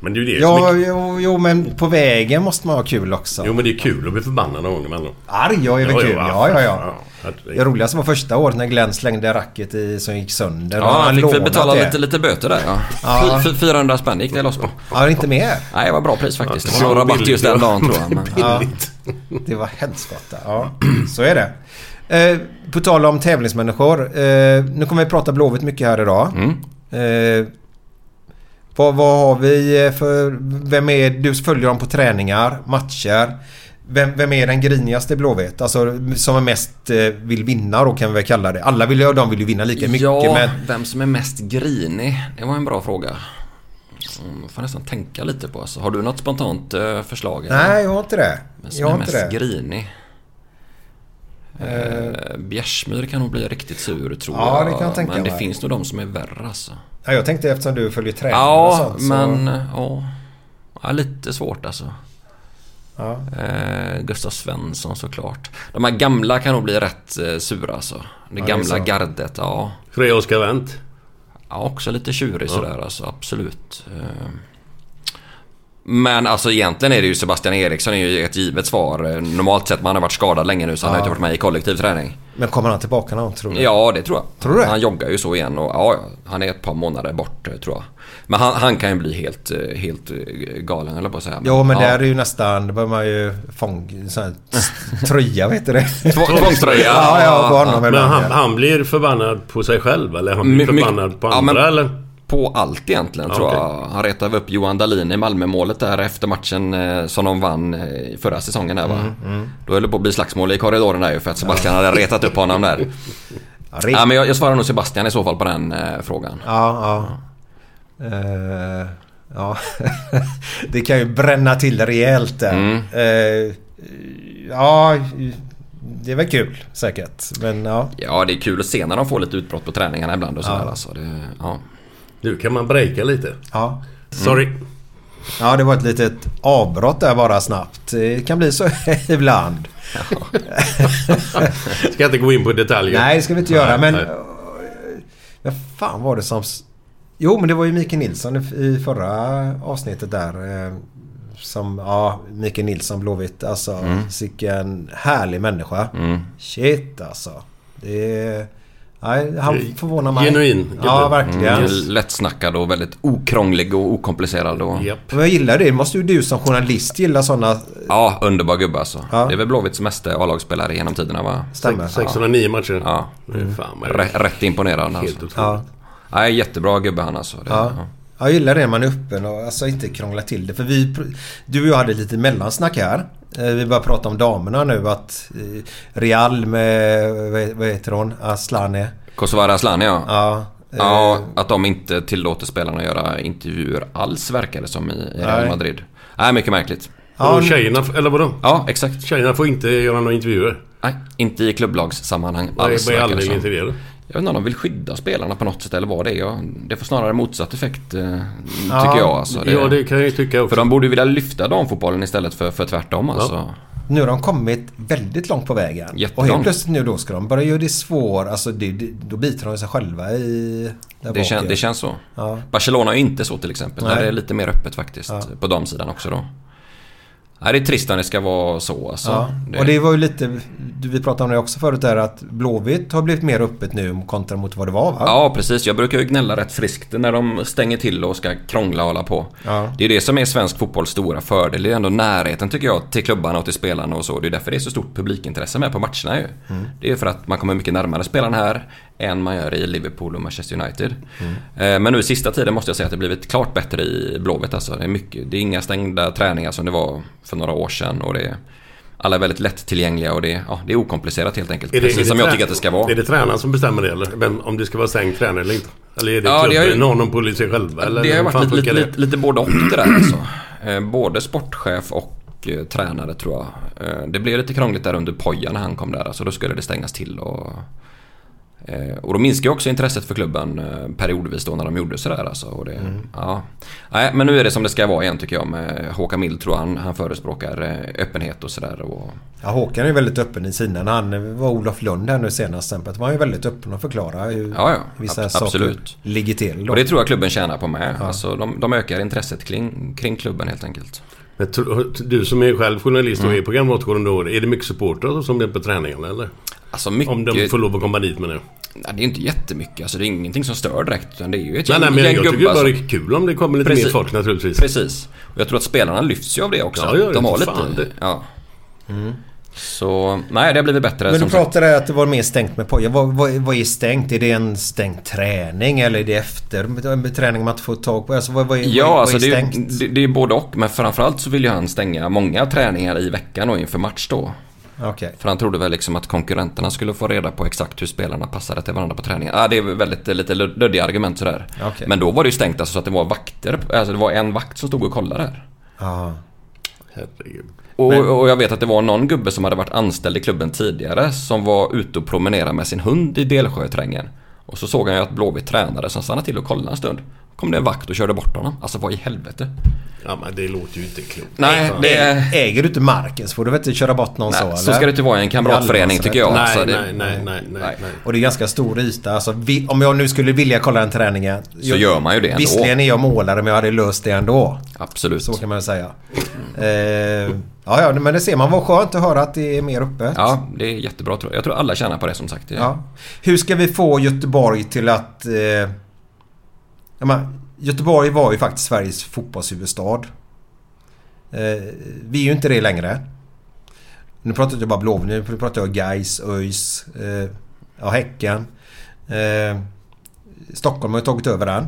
Men det är ju det
Ja,
som är...
jo, jo, men på vägen måste man ha kul också.
Jo men det är kul att bli förbannad någon gång emellan.
Arg, jag är väl
Ja,
kul.
ja,
Ja, ja, ja.
ja.
Det roligaste var första året när Glenn slängde racket i, som gick sönder.
Ja, han fick
lånat
betala
det.
lite, lite böter där ja.
Ja.
Fy- fy- 400 spänn gick det loss på.
Ja, det är inte mer.
Nej, det var bra pris faktiskt.
Ja,
Det var nog
så
rabatt
billigt,
just den
ja.
dagen tror jag. Men,
Ja.
ja.
Det var hemskt gott. där. Ja, så är det. Eh, på tal om tävlingsmänniskor. Eh, nu kommer vi prata Blåvitt mycket här idag.
Mm.
Eh, vad, vad har vi eh, för... Vem är... Du följer dem på träningar, matcher. Vem, vem är den grinigaste i Blåvitt? Alltså som är mest eh, vill vinna då kan vi väl kalla det. Alla vill ju, de vill ju vinna lika mycket
ja,
men...
vem som är mest grinig? Det var en bra fråga. Mm, Jag får nästan tänka lite på. Alltså. Har du något spontant eh, förslag? eller?
Nej, jag har inte det.
Vem som
Jag
är
har
mest
inte det.
grinig? Eh, Bjärsmyr kan nog bli riktigt sur tror
Ja,
jag.
det kan jag tänka
men det
mig.
finns nog de som är värre alltså.
Ja, jag tänkte eftersom du följer träningar och
Ja,
sånt så...
men ja. ja. Lite svårt alltså.
Ja.
Eh, Gustav Svensson såklart. De här gamla kan nog bli rätt eh, sura alltså. Det
Ja, det är
gamla
så.
gardet, ja.
Tre Oscar Wendt.
Ja, också lite tjurig
Ja.
sådär alltså, absolut. Eh, Men alltså egentligen är det ju Sebastian Eriksson är ju ett givet svar. Eh, Normalt sett, man har varit skadad länge nu så han har
Ja.
inte varit med i kollektiv träning.
Men kommer han tillbaka någon tror du?
Ja, det tror jag.
Tror du det?
Han joggar ju så igen och ja, ja, han är ett par månader bort eh, tror jag. Men han, han kan ju bli helt, eh, helt eh, galen eller på att säga.
Jo men
ja.
det här är ju nästan, då behöver man ju fång, sån här t- tröja vad heter det?
Två- tvångströja.
ja, ja, på honom
Men
ibland,
han,
ja.
han blir förbannad på sig själv eller han blir
My- my-
förbannad på
ja,
andra
men-
eller?
På allt egentligen
Ja,
tror jag.
okej.
Han retade upp Johan Dahlin i Malmömålet där efter matchen eh, som de vann eh, förra säsongen där va.
Mm,
Då höll det på att bli slagsmål i korridoren där ju för att Sebastian hade retat upp honom där.
Ja,
Ja,
men...
men jag, jag svarar nog Sebastian i så fall på den eh, frågan.
ja, ja. Eh, ja. det kan ju bränna till rejält där.
Mm.
Eh, ja, det är väl kul säkert. Men ja.
Ja, det är kul att se när de får lite utbrott på träningarna ibland och sådär
Ja.
alltså. Det, ja.
Nu kan man breaka lite.
ja.
Sorry.
Mm.
Ja, det var ett litet avbrott där bara snabbt. Det kan bli så ibland.
Ska inte gå in på detaljer.
Nej, det ska vi inte göra.
Nej,
men...
nej.
Vad fan var det som... s- Jo, men det var ju Mikael Nilsson i- i förra avsnittet där. eh, Som, ja, Mikael Nilsson Blåvitt. Alltså,
Mm.
vilken härlig människa.
Mm.
Shit alltså. Det... Nej, han
Det är
förvånar mig.
genuin gubbe.
Ja, verkligen.
Mm, lättsnackad och väldigt okrånglig och okomplicerad. Och,
Japp.
Men jag gillar det. Det måste ju du som journalist gilla sådana...
Ja, underbar gubbe alltså.
Ja.
Det är väl Blåvitts mesta A-lagsspelare genom tiderna va?
Stämmer.
609 matcher.
Ja.
Det är fan vad
Rä- rätt imponerande
Mm. Helt
alltså.
otroligt.
Ja.
Nej, jättebra gubbe han alltså. Det,
Ja.
ja.
Jag gillar det när man är öppen och alltså inte krånglar till det. För vi, pr- du och jag hade lite mellansnack här. Eh, Vi bara prata om damerna nu att eh, Real med, vad- vad heter hon, Aslane.
Kosovare Asllani ja. ja.
Ja. eh,
att de inte tillåter spelarna att göra intervjuer alls verkar det som i i
Nej.
Real Madrid. Nej, mycket märkligt.
Ja,
Och tjejerna, eller vadå?
Ja, exakt.
Tjejerna får inte göra några intervjuer.
Nej, inte i klubblagssammanhang
Det
alls.
blir
verkar det
aldrig
som.
intervjuer.
Jag vet inte om de vill skydda spelarna på något sätt eller vad det är. Ja, Det får snarare motsatt effekt eh, tycker
Ja.
jag. Alltså. Det,
Ja, det kan jag ju tycka
För
också.
de borde ju vilja lyfta damfotbollen istället för, för tvärtom alltså.
Nu har de kommit väldigt långt på vägen.
Jättelångt.
Och helt plötsligt nu då ska de börja göra det svårt. Alltså det, det, då biter de sig själva i... där
Det,
bak
kän,
ju.
det känns så.
Ja.
Barcelona är ju inte så till exempel.
Nej.
Där är det lite mer öppet faktiskt.
Ja.
På damsidan också då. Nej, det är trist när det ska vara så alltså.
Ja.
Det-
Och det var ju lite, du- vi pratade om det också förut där att Blåvitt har blivit mer öppet nu kontra mot vad det var va?
Ja precis, jag brukar ju gnälla rätt friskt när de stänger till och ska krångla och hålla på.
Ja.
Det är ju det som är svensk fotbolls stora fördel. Det är ändå närheten tycker jag till klubbarna och till spelarna och så. Det är därför det är så stort publikintresse med på matcherna ju.
Mm.
Det är för att man kommer mycket närmare spelarna här än man gör i Liverpool och Manchester United.
Mm.
Eh, Men nu i sista tiden måste jag säga att det blivit klart bättre i Blåvitt alltså. Det är, mycket, det är inga stängda träningar som det var för några år sedan. Och det är, alla är väldigt lättillgängliga och det, ja, det är okomplicerat helt enkelt.
Är det-
precis
är det
som
trä-
jag tycker att det ska vara.
Är det tränaren som bestämmer det eller? Vem, om det ska vara stängd tränare eller inte? Eller är det
Ja, det har ju-
klubben? Har någon på sig själva? Eller
det har
hur fan
varit lite,
funkar
lite, lite både och det där alltså. Eh, Både sportchef och eh, tränare tror jag. Eh, Det blev lite krångligt där under Poja när han kom där. Alltså då skulle det stängas till och... Eh, Och då minskar ju också intresset för klubben eh, periodvis då när de gjorde sådär alltså. Och det,
Mm.
ja. Nej, men nu är det som det ska vara igen tycker jag med Håkan Mild tror jag. han, han förespråkar eh, öppenhet och sådär. Och,
Ja, Håkan är ju väldigt öppen i sina. När han var Olof Lund här nu senast. Då var han ju väldigt öppen och förklara hur
ja, ja.
vissa
ab-
saker
absolut.
ligger till. då.
Och det tror jag klubben tjänar på med. Alltså, de, de ökar intresset kring, kring klubben helt enkelt.
Men tro- du som är själv journalist och
Mm.
är programvaktgården då. Är det mycket supportrar som är på träningarna eller?
Alltså mycket...
Om de får lov att komma dit med det.
Nej, det är inte jättemycket. Alltså, det är ingenting som stör direkt. Utan det är ju ett
Nej, nej, men
gäng
jag tycker
gubbar som-
bara det är kul om det kommer lite mer
Precis.
folk naturligtvis.
Precis. Och jag tror att spelarna lyfts ju av det också.
Ja, ja,
de har
för
lite...
fan det.
Ja. Så, nej det har blivit bättre
Men du
som sagt.
pratade att det var mer stängt med pojkar. Vad, vad, vad är stängt? Är det en stängd träning eller är det efter en träning man inte får tag på? Alltså vad, vad, är, vad,
Ja,
är-
alltså
vad
det
är
är,
stängt?
ju- det, det är både och. Men framförallt så vill ju han stänga många träningar i veckan och inför match då.
Okej.
För han trodde väl liksom att konkurrenterna skulle få reda på exakt hur spelarna passade till varandra på träningen. Ah, det är väl väldigt eh, lite luddiga argument sådär.
Okej.
Men då var det ju stängt alltså så att det var vakter. Alltså det var en vakt som stod och kollade där.
Ja.
Och,
Men-
och jag vet att det var någon gubbe som hade varit anställd i klubben tidigare som var ute och promenerade med sin hund i Delsjöträngen. Och så såg han ju att Blåvitt tränade så han stannade till och kollade en stund. kom det en vakt och körde bort honom. Alltså vad i helvete?
Ja, men det låter ju inte klokt.
Nej,
Fan.
det
Äger- Äger du inte marken så får du väl inte köra bort någon
Eh. Nej,
så
så
eller?
ska det inte vara i en kamratförening, tycker jag.
Nej,
Alltså, det-
nej, nej, nej,
nej.
Och det är ganska stor yta. Alltså, vi, om jag nu skulle vilja kolla en träning. Så
Så gör man ju det ändå.
Visserligen är jag målare men jag hade löst det ändå.
Absolut.
Så kan man ju säga. Eh, ja, ja, men det ser man. Vad skönt att höra att det är mer öppet.
Ja, det är jättebra tror jag. Jag tror alla tjänar på det som sagt. Det-
Ja. Hur ska vi få Göteborg till att... Eh, ja, men, Göteborg var ju faktiskt Sveriges fotbollshuvudstad. Eh, vi är ju inte det längre. Nu pratar jag inte bara Blåvitt, nu pratar jag Gais, ÖIS, eh, ja, Häcken. Eh, Stockholm har ju tagit över den.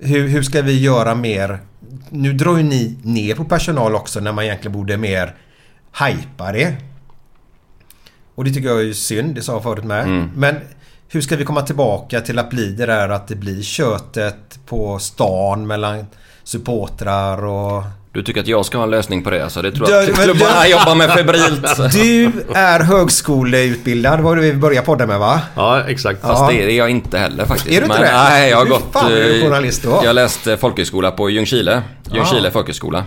Hur, hur ska vi göra mer? Nu drar ju ni ner på personal också när man egentligen borde mer hajpa det. Och det tycker jag är synd, det sa jag förut med.
Mm.
Men hur ska vi komma tillbaka till att bli det där att det blir kötet på stan mellan supportrar och...
Du tycker att jag ska ha en lösning på det alltså? Det tror
Du-
jag att
men du-
klubbarna jobbar med febrilt.
Du är högskoleutbildad, var det vi började podda med va?
Ja, exakt.
Fast
Ja.
det är jag inte heller faktiskt.
Är du inte det?
Nej, jag har
Hur
gått...
fan är du
eh,
journalist då?
Jag läste folkhögskola på Ljungskile. Ljungskile folkhögskola.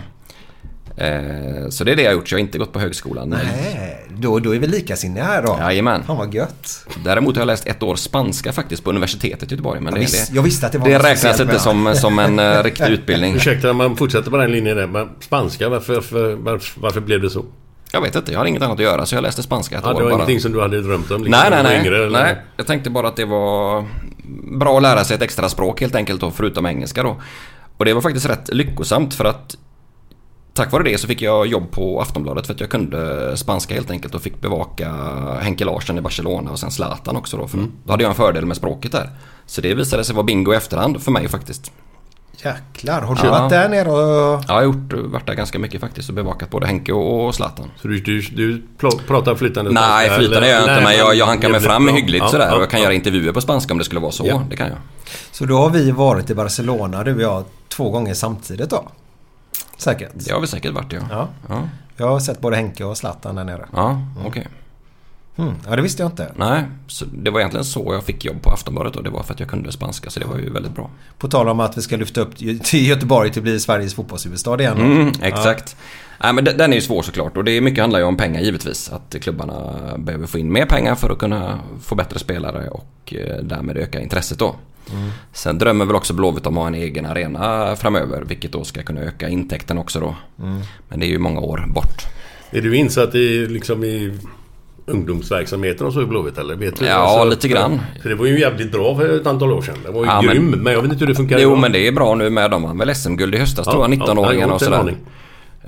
Eh, så det är det jag har gjort. Jag har inte gått på högskolan.
Nej, då, då är vi likasinniga här då.
Jajamän.
Fan vad gött.
Däremot har jag läst ett år spanska faktiskt på universitetet i Göteborg. Men
Jag
det,
visste-
det,
jag visste att det var
Det
något
räknas
speciellt
inte
med
som,
det.
som en eh, riktig utbildning.
Ursäkta om man fortsätter på den linjen där. Men spanska, varför, varför, varför, varför blev det så?
Jag vet inte, jag har inget annat att göra så jag läste spanska ett
Ja,
år
det var
bara.
ingenting som du hade drömt om? liksom,
Nej, nej,
när du var
nej.
yngre, eller?
nej. Jag tänkte bara att det var bra att lära sig ett extra språk helt enkelt då, förutom engelska då. Och det var faktiskt rätt lyckosamt för att tack vare det så fick jag jobb på Aftonbladet för att jag kunde spanska helt enkelt och fick bevaka Henke Larsson i Barcelona och sen Zlatan också då. För
Mm.
Då hade jag en fördel med språket där. Så det visade sig vara bingo i efterhand för mig faktiskt.
Jäklar, har du
Ja.
varit där nere och...
Ja, jag har gjort, varit där ganska mycket faktiskt och bevakat både Henke och, och Zlatan.
Så du, du, du pl- pratar flytande
Nej,
spanska,
flytande
eller?
gör jag inte
Nej,
men jag, jag hankar mig
jävligt
fram
bra.
hyggligt
Ja,
sådär.
ja,
och jag kan
ja.
göra intervjuer på spanska om det skulle vara så.
Ja.
Det kan jag.
Så då har vi varit i Barcelona, du och jag, två gånger samtidigt då. Säkert.
Det har vi säkert varit ja.
Ja.
Ja,
Jag har sett både Henke och Zlatan där nere.
ja okej.
Hmm. Ja, det visste jag inte.
Nej, så det var egentligen så jag fick jobb på Aftonbladet och det var för att jag kunde spanska så det var ju väldigt bra.
På tal om att vi ska lyfta upp Gö- till Göteborg till att bli Sveriges fotbollshuvudstad igen.
Mm, exakt. Nej, men den den är ju svår såklart och det är mycket handlar ju om pengar givetvis. Att klubbarna behöver få in mer pengar för att kunna få bättre spelare och eh, därmed öka intresset då. Sen drömmer väl också Blåvitt om att ha en egen arena framöver vilket då ska kunna öka intäkten också då. Men det är ju många år bort.
Är du insatt i, liksom, i ungdomsverksamheten och så i Blåvitt eller? Vet du?
Ja, lite grann.
För det var ju jävligt bra för ett antal år sedan. Det var ju
Ja, men-
grym, men... jag vet inte hur det funkar
Jo
idag.
men det är bra nu med. De vann väl SM-guld i höstas
Ja,
tror jag,
ja, nej, jag
19-åringarna
har
och
inte en
sådär.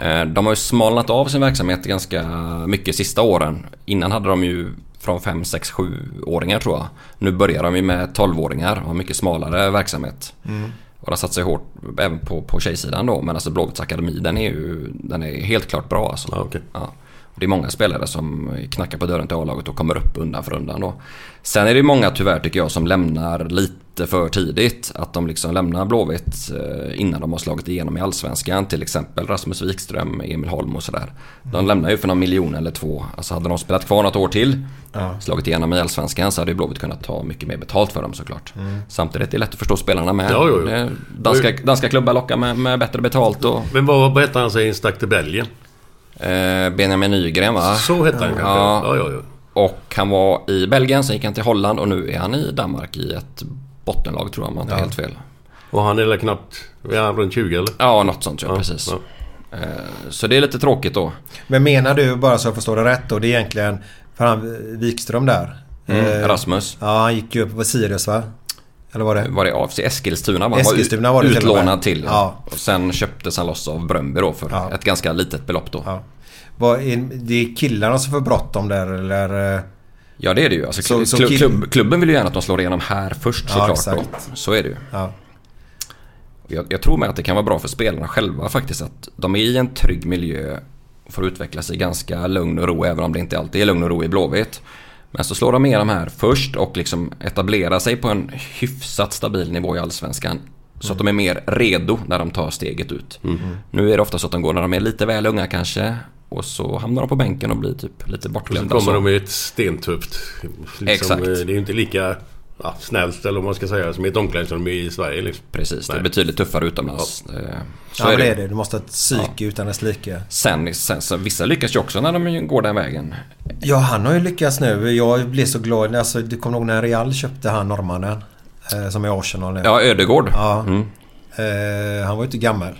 aning.
Eh, De har ju smalnat av sin verksamhet ganska mycket sista åren. Innan hade de ju från 5, 6, 7-åringar tror jag. Nu börjar de ju med 12-åringar och har mycket smalare verksamhet.
Mm.
Och de satsar ju hårt även på, på tjejsidan då. Men alltså Blåvitts akademi den är ju den är helt klart bra alltså.
Ja, okej.
Ja. Och Det är många spelare som knackar på dörren till A-laget och kommer upp undan för undan då. Sen är det många tyvärr tycker jag som lämnar lite lite för tidigt. Att de liksom lämnar Blåvitt eh, innan de har slagit igenom i Allsvenskan. Till exempel Rasmus Wikström, Emil Holm och sådär.
Mm.
De lämnar ju för någon miljon eller två. Alltså hade de spelat kvar något år till,
Ja.
slagit igenom i Allsvenskan så hade ju Blåvitt kunnat ta mycket mer betalt för dem såklart.
Mm.
Samtidigt är det lätt att förstå spelarna med.
Ja, jo, jo.
Det- Danska, danska klubbar lockar med, med bättre betalt och...
Men vad, vad hette han som stack till Belgien?
Eh, Benjamin Nygren va?
Så hette han kanske.
Ja.
Ja, ja, ja.
Och han var i Belgien, sen gick han till Holland och nu är han i Danmark i ett bottenlag tror jag om jag inte
Ja.
helt fel.
Och han är väl knappt... Är han runt 20 eller?
Ja, något sånt ja, precis. Eh, Så det är lite tråkigt då.
Men menar du, bara så jag förstår det rätt då, det är egentligen för han, Wikström där?
Mm,
Eh,
Rasmus.
Ja, han gick ju upp på Sirius va? Eller var det?
Var det AFC Eskilstuna? va?
Eskilstuna var det till och med.
Utlånad till.
Ja.
Och sen köptes han loss av Bröndby då för ett ganska litet belopp då.
Ja. Vad är, det är killarna som får bråttom där eller? eh?
Ja det är det ju. Alltså,
Så- så
klu-
kill-
klubb, klubben vill ju gärna att de slår igenom här först
Ja,
såklart.
exakt.
då. Så är det ju.
Ja.
Jag, jag tror med att det kan vara bra för spelarna själva faktiskt. Att de är i en trygg miljö och får utveckla sig i ganska lugn och ro. Även om det inte alltid är lugn och ro i Blåvitt. Men så slår de igenom här först och liksom etablerar sig på en hyfsat stabil nivå i Allsvenskan. Så att de är
Mm.
mer redo när de tar steget ut.
Mm-hmm.
Nu är det ofta så att de går när de är lite väl unga kanske. Och så hamnar de på bänken och blir typ lite
Och så
bortglömda.
kommer de i ett stentufft... Liksom,
Exakt.
eh, Det är ju inte lika ja, snällt eller vad man ska säga som i ett omklädningsrum i Sverige. Liksom.
Precis, det
Nej.
är betydligt tuffare utomlands. Eh, Så
ja,
är det.
är det. Du måste ha ett psyke utan dess like.
Sen, sen, sen, vissa lyckas ju också när de går den vägen.
Ja, han har ju lyckats nu. Jag blev så glad. Alltså, du kommer ihåg när Real köpte han norrmannen? Eh, som är i Arsenal nu.
Ja, Ödegård.
Ja.
Mm.
Eh, han var ju inte gammal.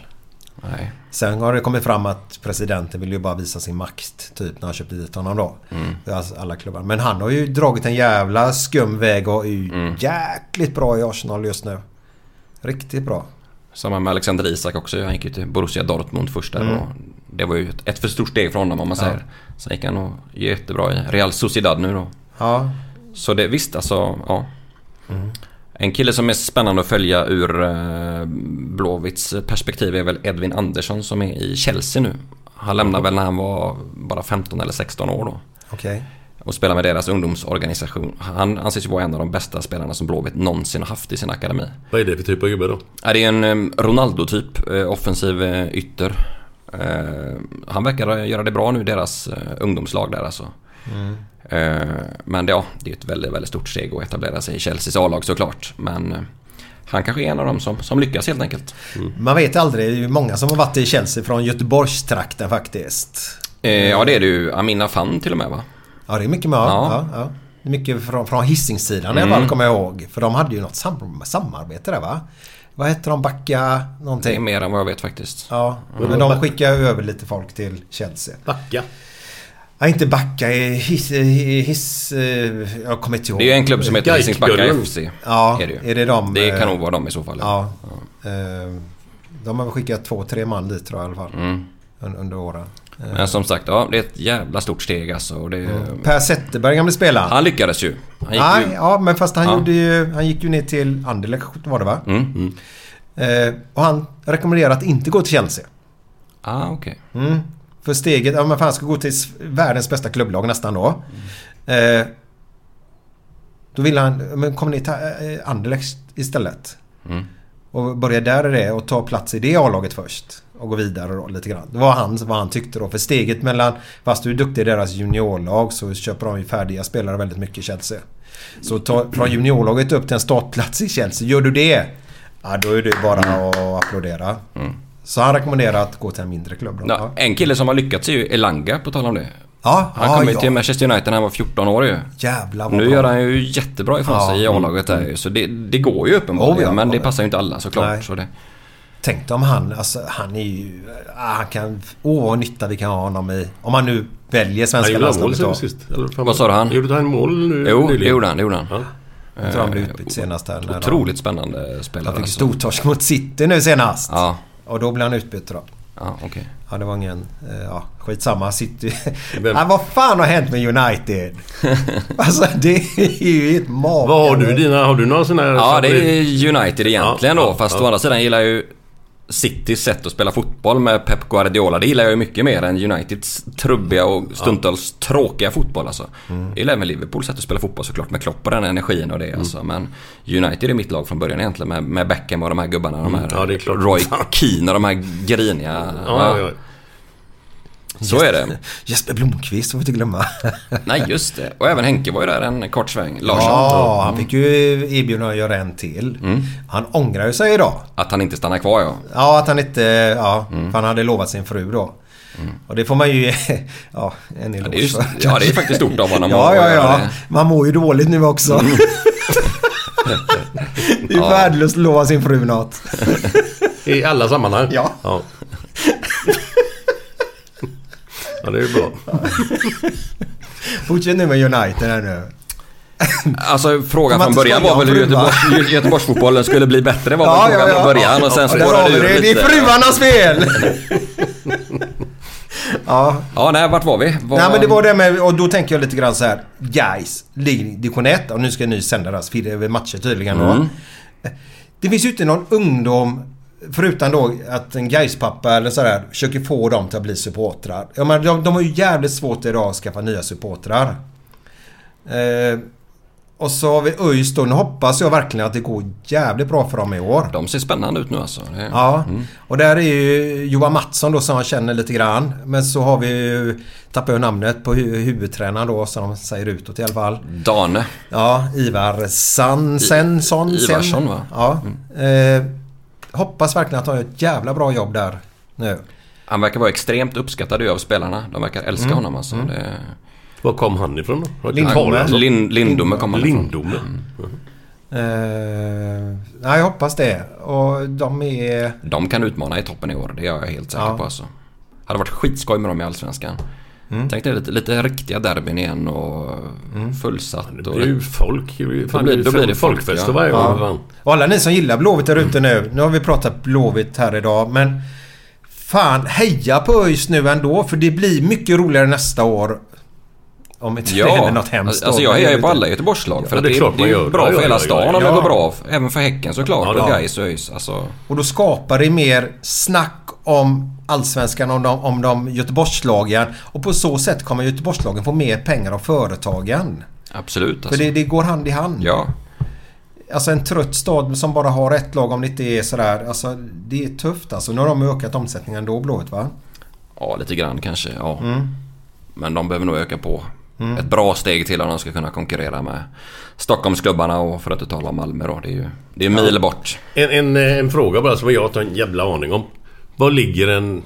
Nej.
Sen har det kommit fram att presidenten ville ju bara visa sin makt. Typ när han köpte dit honom då.
Mm.
Alltså, alla klubbar. Men han har ju dragit en jävla skum väg och är ju
Mm.
jäkligt bra i Arsenal just nu. Riktigt bra.
Samma med Alexander Isak också. Han gick ju till Borussia Dortmund först där.
Mm.
Och det var ju ett, ett för stort steg för honom om man säger. Sen gick han och jättebra i Real Sociedad nu då.
Ja.
Så det, visst alltså, ja. En kille som är spännande att följa ur eh, Blåvitts perspektiv är väl Edvin Andersson som är i Chelsea nu. Han lämnade väl när han var bara 15 eller 16 år då.
Okej.
och spelar med deras ungdomsorganisation. Han anses ju vara en av de bästa spelarna som Blåvitt någonsin har haft i sin akademi.
Vad är det för typ av gubbe då?
Ja, Det är en em, Ronaldo-typ, eh, offensiv eh, ytter. Eh, Han verkar göra det bra nu, deras eh, ungdomslag där alltså.
Mm.
Eh, Men det- ja, det är ett väldigt, väldigt stort steg att etablera sig i Chelseas A-lag såklart. Men eh, han kanske är en av dem som, som lyckas helt enkelt.
Man vet aldrig. Det är ju många som har varit i Chelsea från Göteborgstrakten faktiskt.
Eh, Ja, det är det ju. Amina Fan till och med va?
Ja, det är mycket med. Ja.
Ja.
Ja, Det är Mycket från, från Hisingssidan i alla
Mm.
fall kommer jag ihåg. För de hade ju något sam- samarbete där va? Vad hette de? Backa
Det är
någonting?
mer än vad jag vet faktiskt.
Ja,
Mm.
men de skickar ju över lite folk till Chelsea.
Backa.
Ja, inte backa. eh, Hiss... eh, hiss eh, jag kommer inte ihåg.
Det är ju en klubb som heter Hisingsbacka
Gaikkullen.
FC.
Ja,
är det ju.
är det de?
Det
eh,
kan nog vara dem i så fall.
Ja.
Mm.
Eh, De har väl skickat två, tre man dit tror jag i alla fall. Un- Under åren. Eh,
Men som sagt, ja, det är ett jävla stort steg alltså. Och det,
Per Zetterberg, gamle spelaren.
Han lyckades ju. Han gick
Mm. Nej,
ju...
ja men fast han,
Ja.
gjorde ju, han gick ju ner till Anderlecht var det va?
Mm.
Eh, och han rekommenderar att inte gå till Chelsea.
Ah, okej.
Mm. För steget, ja men fan ska gå till s- världens bästa klubblag nästan då. Eh, då vill han, men kom ner till eh, Anderlecht istället.
Mm.
Och börja där i det och ta plats i det A-laget först. Och gå vidare då lite grann. Det var han, vad han tyckte då. För steget mellan, fast du är duktig i deras juniorlag så köper de ju färdiga spelare väldigt mycket i Chelsea. Så ta, från juniorlaget upp till en startplats i Chelsea. Gör du det? Ja då är det bara
Mm.
att applådera. Så han rekommenderar att gå till en mindre klubb då.
Ja, en kille som har lyckats är ju Elanga på tal om det.
Ja,
Han
ja,
kom ju
ja.
till Manchester United när han var 14 år ju.
Jävlar vad
Nu
bra.
gör han ju jättebra ifrån
Ja.
sig i A-laget där ju. Så det, det går ju uppenbarligen.
Oh, ja,
men
ja,
det
ja.
passar ju inte alla
Nej.
såklart. Så det,
Tänk dig om han, alltså han är ju... ah, Han kan... Åh vad nytta vi kan ha honom i. Om han nu väljer
Han
svenska
gjorde mål
landslaget då.
sen
Jag
sist. Eller fan,
Vad sa du, han?
Gjorde han mål nu
jo, det
nyligen?
gjorde han. Det gjorde han.
Ja.
tror han blev
Eh,
utbytt senast här. när de-
Otroligt spännande spelare.
Han fick
alltså.
stortorsk mot City nu senast.
Ja,
Och då blev han utbytt då.
alltså. ja okej.
Ja det var ingen... eh, Ja skitsamma. City...
Vem-
Ah, vad fan har hänt med United? alltså det är ju ett mag...
Vad har du dina? Har du några sådana här...
Ja, det är United egentligen
Ja,
då.
ja,
Fast
ja.
å andra sidan gillar jag ju Citys sätt att spela fotboll med Pep Guardiola. Det gillar jag ju mycket mer än Uniteds trubbiga och stundtals tråkiga fotboll alltså.
Mm.
Jag gillar även Liverpools sätt att spela fotboll såklart med Klopp och den energin och det
Mm.
alltså. Men United är mitt lag från början egentligen med, med Beckham och de här gubbarna.
Mm.
De här Roy Keane och de här griniga.
Ja, ja,
Så är det.
Jesper Blomqvist får vi inte glömma.
Nej just det. Och även Henke var ju där en kort sväng. Larsson.
Ja, han
Mm.
fick ju erbjudande att göra en till.
Mm.
Han ångrar ju sig idag.
Att han inte stannar kvar ja.
Ja, att han inte... Ja, för han hade lovat sin fru då. Och det får man ju... Ja, en eloge
det är ju-
för.
ja, det är faktiskt stort av honom
Ja,
att-
ja,
att göra
ja.
det. Mm.
Man mår ju dåligt nu också. Det är ju
Ja.
värdelöst att lova sin fru något.
I alla sammanhang?
Ja.
Ja, Ja, det är ju bra.
Fortsätt nu med United här nu.
Alltså frågan
Får man
från
inte
början
skoja
var väl
om
hur
fruar?
Göteborgs, Göteborgsfotbollen skulle bli bättre var väl frågan från början och sen
Där har
spårade
vi
det
det.
ur
Det är
lite.
fruarnas fel! ja.
Ja, nej, vart var vi? Var...
Nej men det var det med, och då tänker jag lite grann så här. Guys, ligger i division 1 och nu ska ni sända deras fil- eh, matcher tydligen då.
Mm.
Det finns ju inte någon ungdom Förutom då att en guys pappa eller sådär försöker få dem till att bli supportrar. Jag menar, de, de har ju jävligt svårt idag att skaffa nya supportrar. Eh, och så har vi ÖIS då. Nu hoppas jag verkligen att det går jävligt bra för dem i år.
De ser spännande ut nu alltså. Det...
Ja,
Mm.
och där är ju Johan Mattsson då som jag känner lite grann. Men så har vi ju, tappar jag namnet på hu- huvudtränaren då som de säger utåt i alla fall.
Dane.
Ja, Ivar Sansen. Son,
I- Ivarsson,
Sen.
va? Mm.
Ja. Eh, hoppas verkligen att de gör ett jävla bra jobb där nu.
Han verkar vara extremt uppskattad ju av spelarna. De verkar älska
Mm.
honom alltså. Det...
Var kom han ifrån då?
Lindome.
alltså.
Lin, Lindome kom han ifrån. Mm.
Lindome?
Eh, nej, jag hoppas det. Och de är...
De kan utmana i toppen i år, det är jag helt säker
Ja.
på alltså. Hade varit skitskoj med dem i Allsvenskan.
Mm.
Tänk dig lite, lite riktiga derbyn igen och fullsatt.
Det
och-
blir ju folk.
Då
Fan,
blir-
det
då blir det folk, ja.
folkfester varje
Ja.
år. fan.
Och alla ni som gillar Blåvitt där ute nu. Nu har vi pratat Blåvitt här idag men... Fan, heja på ÖIS nu ändå för det blir mycket roligare nästa år. Om inte det händer något hemskt
Alltså
då,
jag
men
hejar
det
ju på
vet
alla
jag.
Göteborgslag. För
Ja,
att
det är
det,
klart
är, det
man
är
gör.
ju bra
Ja,
för
ja,
hela
ja, ja,
stan om
ja.
det går bra. Även för Häcken såklart.
Ja,
och
ja.
Gais och ÖIS. Alltså,
Och då skapar det mer snack om Allsvenskan, om de, om de Göteborgslagen. Och på så sätt kommer Göteborgslagen få mer pengar av företagen.
absolut. Alltså.
För det, det går hand i hand.
Ja.
Alltså en trött stad som bara har ett lag om det inte är sådär. Alltså det är tufft alltså. Nu har de ökat omsättningen då Blåvitt va?
ja, lite grann kanske. Ja.
Mm.
Men de behöver nog öka på.
Mm.
Ett bra steg till om de ska kunna konkurrera med Stockholmsklubbarna och för att inte tala om Malmö då. Det är ju det är mil bort.
En, en, eh, en fråga bara som jag inte har en jävla aning om. Var ligger en...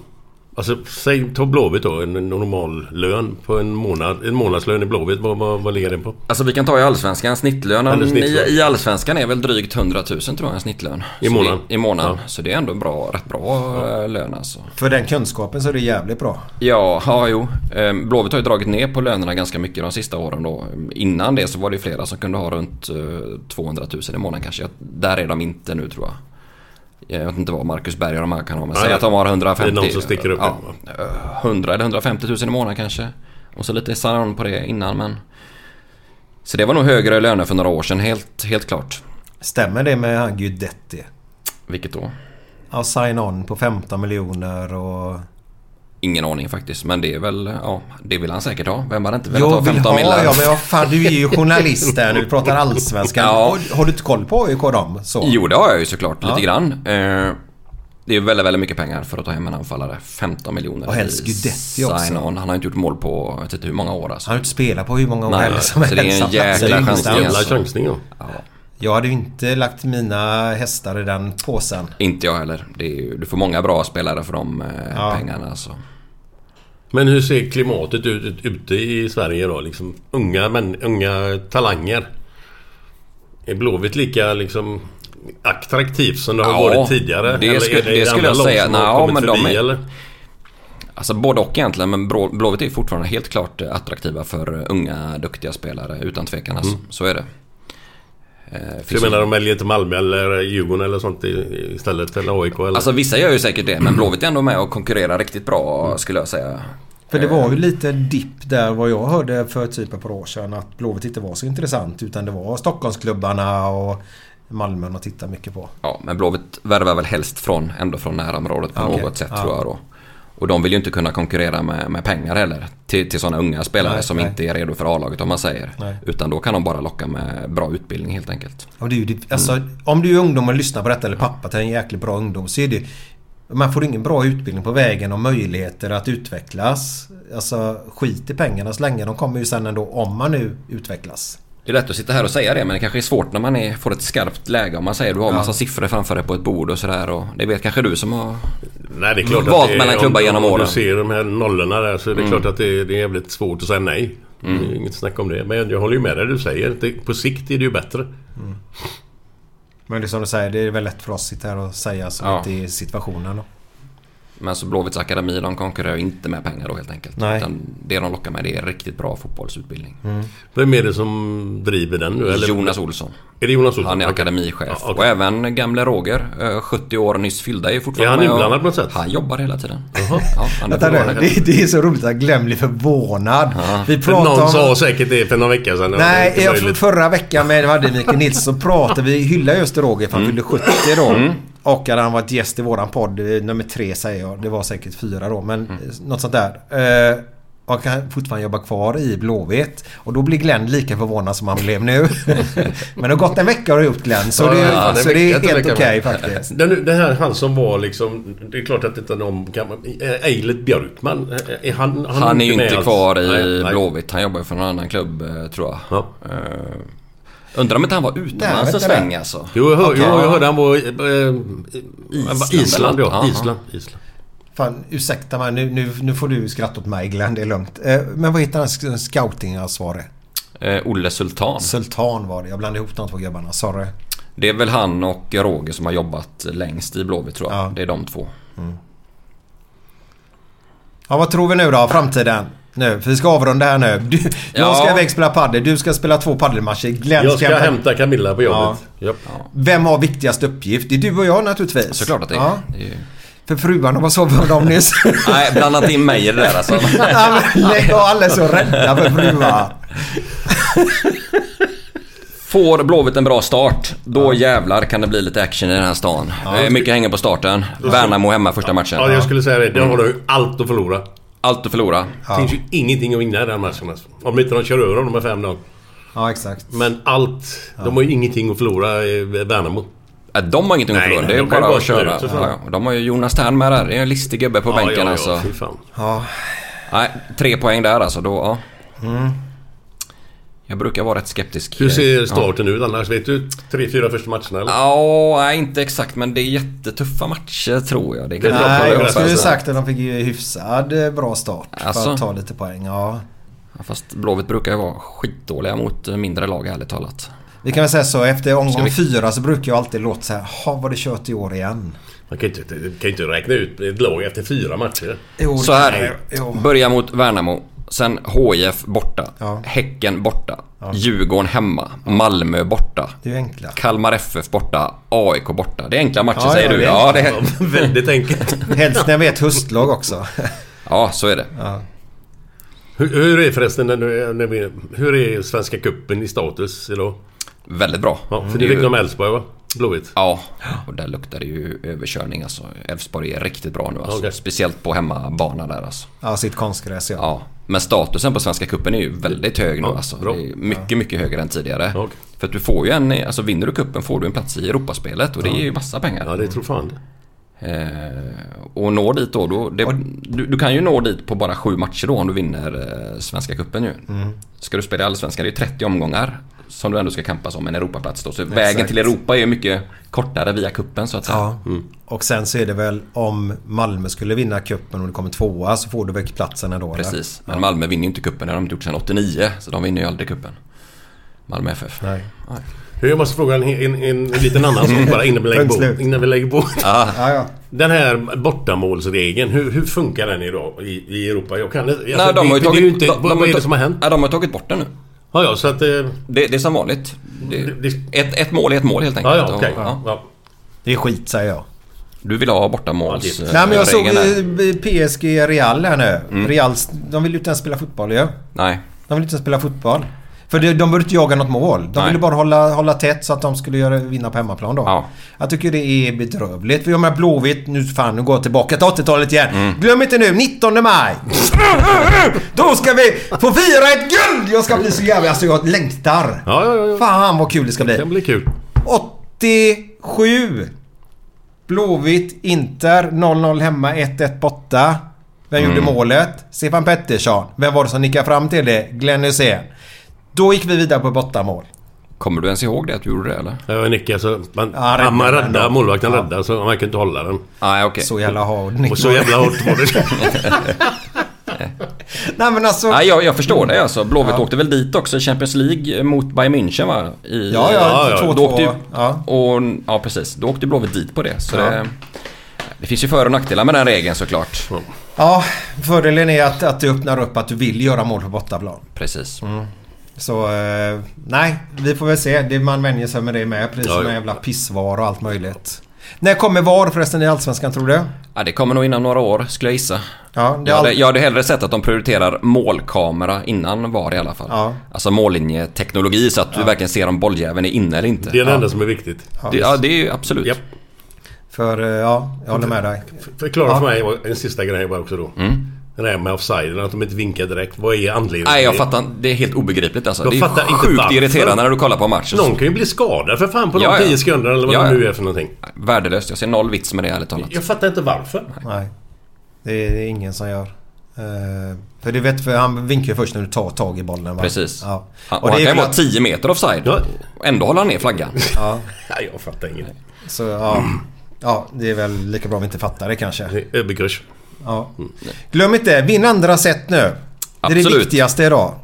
Alltså säg, ta Blåvitt då. En en normal lön på en månad. En månadslön i Blåvitt. Vad, vad, vad ligger den på?
Alltså vi kan ta i Allsvenskan. Snittlönen
Eller snittlön.
i, i Allsvenskan är väl drygt 100 000 tror jag en snittlön.
I
Så
månaden?
Det, I månaden.
Ja.
Så det är ändå en bra, rätt bra eh, lön alltså.
För den kunskapen så är det jävligt bra.
Ja, ja jo. Ehm, Blåvitt har ju dragit ner på lönerna ganska mycket de sista åren då. Ehm, Innan det så var det ju flera som kunde ha runt eh, 200 000 i månaden kanske. Jag- Där är de inte nu tror jag. Jag vet inte vad Marcus Berg och de här kan ha men
Nej,
säg att de har 150
det är någon som sticker upp
ja,
en,
eh, 100 eller 150 000 i månaden kanske. Och så lite sarn på det innan men... Så det var nog högre löner för några år sedan helt, helt klart.
Stämmer det med han Guidetti?
Vilket då?
Ja, sign-on på 15 miljoner och...
Ingen aning faktiskt men det är väl... Ja, det vill han säkert ha. Vem hade inte velat ha 15 miljoner?
ja men vad fan du är ju journalist här nu. Du pratar allsvenskan.
Ja.
Har, har du inte koll på AIK dem? Så.
Jo, det har jag ju såklart. Lite
Ja.
grann. Eh, det är väldigt, väldigt mycket pengar för att ta hem en anfallare. 15 miljoner.
Och helst
i
Guidetti också.
sign-on. Han har inte gjort mål på, jag vet inte hur många år alltså.
Han har inte spelat på hur många år
Nej,
heller som
så det är en
Han
jäkla chansning,
platsar ju någonstans.
Jävla
alltså.
chansning ja.
Jag hade ju inte lagt mina hästar i den påsen.
Inte jag heller. Det är, ju- du får många bra spelare för de eh,
Ja.
pengarna alltså.
Men hur ser klimatet ut, ut ute i Sverige då? Liksom, unga, men, unga talanger. Är Blåvitt lika liksom attraktivt som det har
Ja,
varit tidigare?
det
eller
skulle-
är
det skulle
andra
jag
lag
säga.
som har
Nå,
kommit
men de
förbi,
är-
eller?
Alltså både och egentligen men Brå- Blåvitt är fortfarande helt klart eh, attraktiva för eh, unga duktiga spelare utan tvekan alltså.
Mm.
Så är det. Eh,
Du
finns ju-
menar de väljer till Malmö eller Djurgården eller sånt i- istället? Eller AIK? Eller?
Alltså vissa gör ju säkert det men Blåvitt är ändå med och konkurrerar riktigt bra skulle jag säga.
Mm. För det var ju lite dipp där vad jag hörde för typ ett par år sedan att Blåvitt inte var så intressant utan det var Stockholmsklubbarna och Malmön att titta mycket på.
Ja, men Blåvitt värvar väl helst från, ändå från närområdet på
Okej,
något sätt
ja.
tror jag då. Och de vill ju inte kunna konkurrera med, med pengar heller till, till sådana unga spelare
Nej,
som
nej.
inte är redo för A-laget om man säger.
Nej.
Utan då kan de bara locka med bra utbildning helt enkelt.
Och det är ju,
Mm.
det, alltså, Om du är ungdom och lyssnar på detta eller pappa till en jäkligt bra ungdom så är det Man får ingen bra utbildning på vägen och möjligheter att utvecklas. Alltså skit i pengarna så länge. De kommer ju sen ändå om man nu utvecklas.
Det är lätt att sitta här och säga det men det kanske är svårt när man är, får ett skarpt läge. Om man säger du har
Ja.
massa siffror framför dig på ett bord och sådär. Och det vet kanske du som har
Nej, det är klart
Mm. valt
att det,
mellan klubbar
om,
genom
Om
åren.
du ser de här nollorna där så är det
Mm.
klart att det, det är jävligt svårt att säga nej. Det är
Mm.
ju inget snack om det. Men jag, jag håller ju med dig du säger. Det, på sikt är det ju bättre.
Men det är som du säger, det är väl lätt för oss att sitta här och säga som
Ja.
inte är situationen. Då.
Men så Blåvitts akademi de konkurrerar ju inte med pengar då helt enkelt.
Nej. Mm.
Utan det de lockar med det är riktigt bra fotbollsutbildning.
Vem är det som driver den nu? Eller?
Jonas Olsson.
Är det Jonas Olsson?
Han är
Okej.
akademichef.
Ja, okej.
Och även gamle Roger, eh, 70 år nyss fyllda, är fortfarande
Är han
med och-
inblandad på något sätt?
Han jobbar hela tiden. Ja, han är
Vänta nu,
förvånad.
det, det är så roligt att Glenn blir förvånad. Vi
För någon
pratar om...
sa säkert det för några veckor sedan.
Nej,
Det är
jag,
möjligt.
förra veckan med hade Mikael Nilsson så pratade vi, hyllade just Roger för han fyllde 70 då.
Mm.
Och hade han varit gäst i våran podd, eh, nummer tre säger jag, det var säkert fyra då, men
Mm.
eh, något sånt där. Eh, och han fortfarande jobbar kvar i Blåvitt. Och då blir Glenn lika förvånad som han blev nu. men det har gått en vecka har det gjort Glenn, så
Ja,
det,
ja,
så det är
mycket
helt
att
okej
tänka på.
faktiskt.
Den, den här han som var liksom... Det är klart att inte någon kan... eh, Eilert Björkman. eh, Är han,
Han, är ju
med
inte
alls?
kvar i
Nej, nej.
Blåvitt. Han jobbar ju för någon annan klubb eh, tror jag.
Ja.
Eh, undrar om inte han var utomlands
Nej,
en
vänta
sväng
där.
alltså.
Jo, jag, hör,
Okej.
jo, jag hörde han var... eh, eh,
Island.
Island, ja.
Aha.
Island, Island.
Fan, ursäkta mig, nu, nu, nu får du skratta åt mig Glenn, det är lugnt. Eh, men vad heter han sk- scoutingansvarig?
Eh, Olle Sultan.
Sultan var det, jag blandade ihop de två gubbarna, sorry.
Det är väl han och Roger som har jobbat längst i Blåvitt tror jag.
Ja.
Det är de två.
Ja, vad tror vi nu då? Framtiden? Nu, för vi ska avrunda här nu. Du, Jag
Ja.
ska iväg och spela padel. Du ska spela två padelmatcher. Glenn
Jag ska
hämta-
hämta Camilla på jobbet. Japp.
Vem har viktigast uppgift? Det är du och jag naturligtvis.
Såklart att det är.
Ja,
Det är ju...
för fruarna, vad sa vi om dem nyss?
Nej, blanda inte in mig i det där alltså.
Ja, men Lägg av, alla är så rädda för fruar.
Får Blåvitt en bra start, då jävlar kan det bli lite action i den här stan. Eh, Mycket hänger på starten. Värnamo hemma första matchen.
Ja, jag skulle säga det.
Mm.
Där har du ju allt att förlora.
Allt att förlora.
Det finns ju ingenting att vinna i den matchen alltså. Om inte de kör över dem med 5-0.
Ja, exakt.
Men allt... De har ju ingenting att förlora i Värnamo.
Eh, De har ingenting att
Nej,
förlora.
nej,
Det är
de kan ju
bara
bara
att köra.
snusa fram.
Ja, ja. De har ju Jonas Tern med där. Det är en listig gubbe på bänken
ja, ja,
alltså.
Fy fan.
Ja,
Nej, tre poäng där alltså. Då, ja. Jag brukar vara rätt skeptisk.
Mm. Hur ser starten ut annars? Vet du tre, fyra första matcherna eller?
Ja, nej inte exakt men det är jättetuffa matcher tror jag. Det är
tror jag
nej,
på
jag skulle ju
alltså.
sagt att de fick ju hyfsad eh, bra start. För
Alltså?
att ta lite poäng, ja.
Ja, Fast Blåvitt brukar ju vara skitdåliga mot eh, mindre lag ärligt talat.
Vi kan väl säga så, efter
Ska
omgång
vi-
fyra så brukar jag alltid låta så här, ha vad det kört i år igen.
Man kan ju inte, kan ju inte räkna ut ett lag efter fyra matcher.
Jo,
Så här.
jo.
Börja mot Värnamo. Sen HIF borta.
Ja.
Häcken borta. Djurgården hemma. Malmö borta.
Det är ju enkla.
Kalmar FF borta. AIK borta. Det är enkla matcher
Ja,
säger
ja,
du.
det är
Ja, det
Ja, väldigt enkelt.
Helst när vi är ett höstlag också.
ja, så är det.
Hur, hur är förresten när du, när vi, Hur är Svenska Cupen i status idag?
Väldigt bra.
Ja,
Det
för nu
är
fick
ju-
de Elfsborg va? Blåvitt.
Ja, och där luktar det ju överkörning alltså. Elfsborg är riktigt bra nu alltså.
Okej.
Speciellt på hemmabana där alltså.
Ja, sitt konstgräs ja.
Ja, men statusen på Svenska Cupen är ju väldigt hög nu
Ja,
alltså.
bra.
Det är mycket, mycket högre än tidigare.
Okej.
För att du får ju en, alltså vinner du cupen får du en plats i Europaspelet och det är ju massa pengar.
Ja, det tror fan det.
Eh, och når dit då, då det, du, du kan ju nå dit på bara sju matcher då om du vinner eh, Svenska Cupen ju.
Mm.
Ska du spela i Allsvenskan, det är ju 30 omgångar som du ändå ska kampas om en Europaplats då. Så vägen till Europa är ju mycket kortare via cupen så att säga.
Ja. Och sen så är det väl om Malmö skulle vinna cupen och det kommer tvåa så får du väl platsen ändå? eller?
Precis, men Malmö vinner ju inte cupen, det har de inte gjort sedan 89. Så de vinner ju aldrig cupen. Malmö FF.
Nej.
Jag måste fråga en, en, en, en liten annan sak bara innan vi lägger
Punkt
på.
slut.
Innan vi lägger på.
Ja, ja.
Den här bortamålsregeln, hur, hur funkar den idag i, i Europa? Jag kan inte...
Nej, de har ju
Alltså, det, det
tagit,
är ju inte,
de,
vad
de har
vad
ju
är det
ta-
som har hänt?
Ja, de har tagit bort den nu.
Ja, ja, så att... eh,
Det, det är som vanligt.
Det-
Det,
det-
ett, ett mål är ett mål helt enkelt.
Ja, ja, okej.
Och, ja.
Ja.
Det är skit säger jag.
Du vill ha bortamåls...
Ja, det-
eh,
Nej men jag såg
regeln Mm. där.
eh, PSG Real här nu. Real, de vill ju inte ens spela fotboll ju.
Nej.
De vill inte ens spela fotboll. För det, de behövde inte jaga något mål. De ville bara hålla, hålla tätt så att de skulle göra, vinna på hemmaplan då. Jag tycker det är bedrövligt. Vi har med Blåvitt. Nu fan, nu går jag tillbaka till 80-talet igen. Glöm inte nu, 19 maj! då ska vi få fira ett guld! Jag ska bli så jävla... Alltså jag längtar.
Ja, ja, ja.
Fan vad kul det ska bli. Det
kan bli kul.
87. Blåvitt, Inter, 0-0 hemma, 1-1 borta. Vem
Mm.
gjorde målet? Stefan Pettersson. Vem var det som nickade fram till det? Glenn Hysén. Då gick vi vidare på bortamål.
Kommer du ens ihåg det att du gjorde det eller?
Jag nickade så... alltså, Man,
Ja, räddade
ja, man
den
räddade,
då.
målvakten
Ja.
räddade så man kunde inte hålla den.
Nej, okej.
Så jävla hård
Och så jävla hårt var det.
Nej men alltså...
Nej, jag, jag förstår det alltså. Blåvitt åkte väl dit också i Champions League eh, mot Bayern München va? I,
Ja, ja,
Då
2-2,
åkte ju-
ja.
Och, ja, precis. Då åkte Blåvitt dit på det. Så
Ja.
det, det finns ju för och nackdelar med den regeln såklart.
Ja, fördelen är att, att det öppnar upp att du vill göra mål på bortaplan.
Precis.
Så eh, nej, vi får väl se. Det, man vänjer sig med det med. Precis
Ja,
som
ja.
en jävla pissvar och allt möjligt. När kommer VAR förresten i Allsvenskan tror du?
Ja, det kommer nog inom några år skulle jag gissa.
Ja,
jag,
det är
hade,
all...
jag hade hellre sett att de prioriterar målkamera innan VAR i alla fall.
Ja.
Alltså mållinjeteknologi så att du verkligen ser om bolljäveln är inne eller inte.
Det är det enda som är viktigt.
Det, ja, det är ju absolut.
För eh, ja, jag håller med dig.
Förklara
Ja.
för mig en sista grej bara också då. Det där med offsiden, att de inte vinkar direkt. Vad är anledningen?
Mm. Nej, jag
till det?
fattar Det är helt obegripligt alltså.
Jag
det är
fattar inte
sjukt
varför.
irriterande när du kollar på matchen.
Någon kan ju bli skadad för fan på de 10 sekunderna eller vad det nu är för någonting.
Värdelöst. Jag ser noll vits med det ärligt talat.
Jag fattar inte varför.
Nej. Det är det är ingen som gör. Eh, för du vet, för han vinkar ju först när du tar tag i bollen va?
Precis.
Ja.
Han, och
Och det
han
är
kan
väl
vara
att-
10 meter offside. Och ändå håller han ner flaggan.
Ja.
Nej, jag fattar ingenting.
Så ja. Ja, det är väl lika bra om vi inte fattar det kanske.
Öberkurs.
Ja. Glöm inte, vinn andra set nu. Det är det
Mm. Absolut.
viktigaste idag.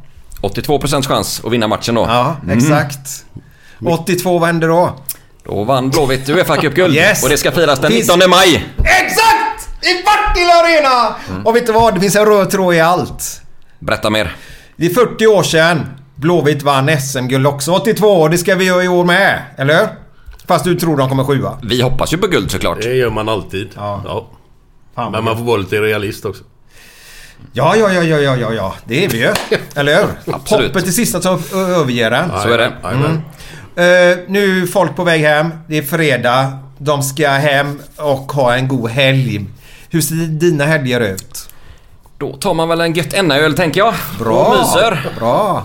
82% chans att vinna matchen då.
Ja,
Mm.
exakt. 82, vad händer då?
Då vann Blåvitt Uefa Cupguld.
Yes.
Och det ska firas den
Finns-
19 maj.
Exakt! I Partille Arena!
Mm.
Och vet du vad? Det finns en röd tråd i allt.
Berätta mer.
Det är 40 år sedan Blåvitt vann SM-guld också. 82 och det ska vi göra i år med. Eller? Fast du tror de kommer sjua.
Vi hoppas ju på guld såklart.
Eh,
Det gör man alltid. Ja.
Fan,
Men man får vara lite realist också.
Ja, ja, ja, ja, ja, ja, ja. Det är vi ju. Eller hur?
Absolut.
Hoppet är sista som ö- överger en.
Så är det. Mm.
Jajamän.
Eh, nu är folk på väg hem. Det är fredag. De ska hem och ha en god helg. Hur ser dina helger ut?
Då tar man väl en gött ennaöl tänker jag. Och myser.
Bra.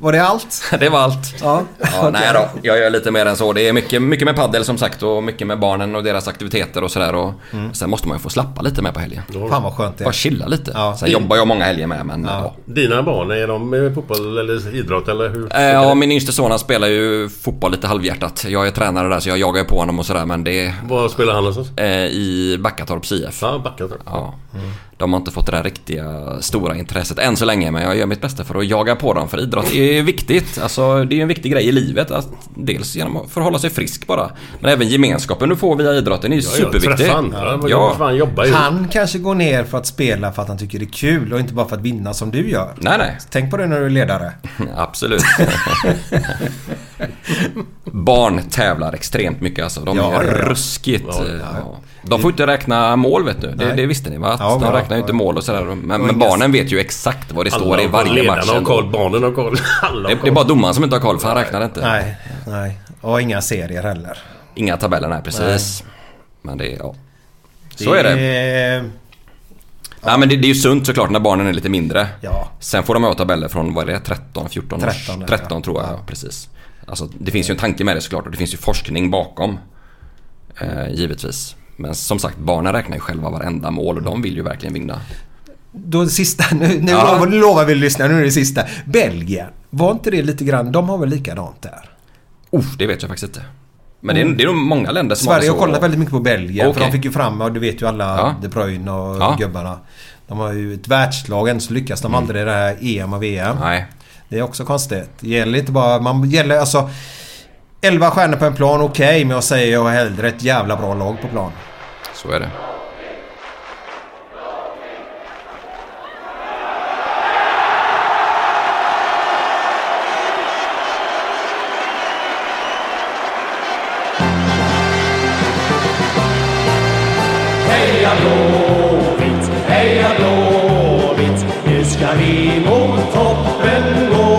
Var det allt?
Det var allt.
Ja.
Ja, nej då. Jag gör lite mer än så. Det är mycket, mycket med paddel som sagt och mycket med barnen och deras aktiviteter och sådär. Och
Mm.
Sen måste man ju få slappa lite med på helgen.
Fan vad skönt det
Bara
är.
chilla lite.
Ja.
Sen jobbar jag många helger med men... Ja.
Dina barn, är de eh, fotboll eller idrott eller hur?
Eh, Ja, min yngste son han spelar ju fotboll lite halvhjärtat. Jag är tränare där så jag jagar ju på honom och sådär men det... är,
Vad spelar han någonstans?
eh, I Backatorps IF.
Ja, backat.
Ja. De har inte fått det där riktiga stora intresset än så länge men jag gör mitt bästa för att jaga på dem för idrott är viktigt. Alltså det är ju en viktig grej i livet. Att dels genom att förhålla sig frisk bara. Men även gemenskapen du får via idrotten är ju superviktig.
Träffa andra. Vad
Ja.
fan jobbar ju.
Han kanske går ner för att spela för att han tycker det är kul och inte bara för att vinna som du gör.
Nej nej,
Tänk på det när du är ledare.
absolut. Barn tävlar extremt mycket alltså. De
Ja,
är
ja, ja.
ruskigt... eh, ja. De får inte räkna mål vet du. Det, det visste ni va? Att
Ja,
de
ja,
räknar ju inte
ja.
mål och sådär. Men, men barnen vet ju exakt vad det står i
har
varje
ledarna
match.
har
ändå.
koll, barnen har koll. Alla
Det,
har
det är
koll.
bara domaren som inte har koll för han räknar inte.
Nej, nej. Och inga serier heller.
Inga tabeller, nej precis. Men det är, ja. Så är det.
Eh,
Nej men det, det är ju sunt såklart när barnen är lite mindre.
Ja.
Sen får de ha tabeller från, vad är det, 13, 14 års-
13, ja.
13 tror jag, ja. precis. Alltså det finns ju en tanke med det såklart och det finns ju forskning bakom. Eh, givetvis. Men som sagt, barnen räknar ju själva varenda mål och de vill ju verkligen vinna.
Då sista, nu, nu
Ja.
lovar, lovar vi lyssna, nu är det sista. Belgien, var inte det lite grann, de har väl likadant där?
Uff, det vet jag faktiskt inte. Men det är, det är nog många länder som
Mm. Sverige har
har det så.
kollat väldigt mycket på Belgien för
Okej.
de fick ju fram, och du vet ju alla
Ja.
De Bruyne och
Ja. Mm.
gubbarna. De har ju ett världslag, än så lyckas de aldrig i det här EM och VM.
Nej.
Det är också konstigt. Det gäller inte bara... Man gäller alltså... 11 stjärnor på en plan, okej. men jag säger jag hellre ett jävla bra lag på plan.
Så är det.
Heja Blåvitt, heja Blåvitt, nu ska vi mot toppen gå.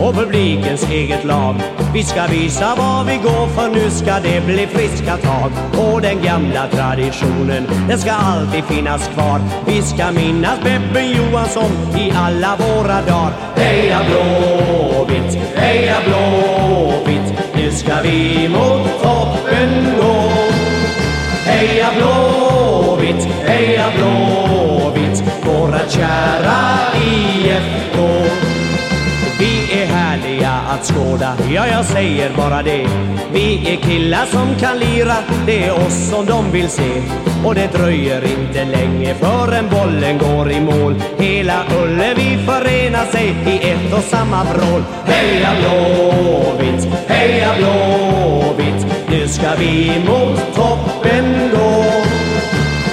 och publikens eget lag. Vi ska visa vad vi går för, nu ska det bli friska tag. Och den gamla traditionen, den ska alltid finnas kvar. Vi ska minnas Beppe Johansson i alla våra dagar. Heja Blåvitt, heja Blåvitt, nu ska vi mot toppen gå. Heja Blåvitt, heja Blåvitt, våra kära IFK. Vi är härliga att skåda, ja jag säger bara det. Vi är killar som kan lira, det är oss som de vill se. Och det dröjer inte länge förrän bollen går i mål. Hela Ullevi förenar sig i ett och samma vrål. Heja Blåvitt, heja Blåvitt, nu ska vi mot toppen gå.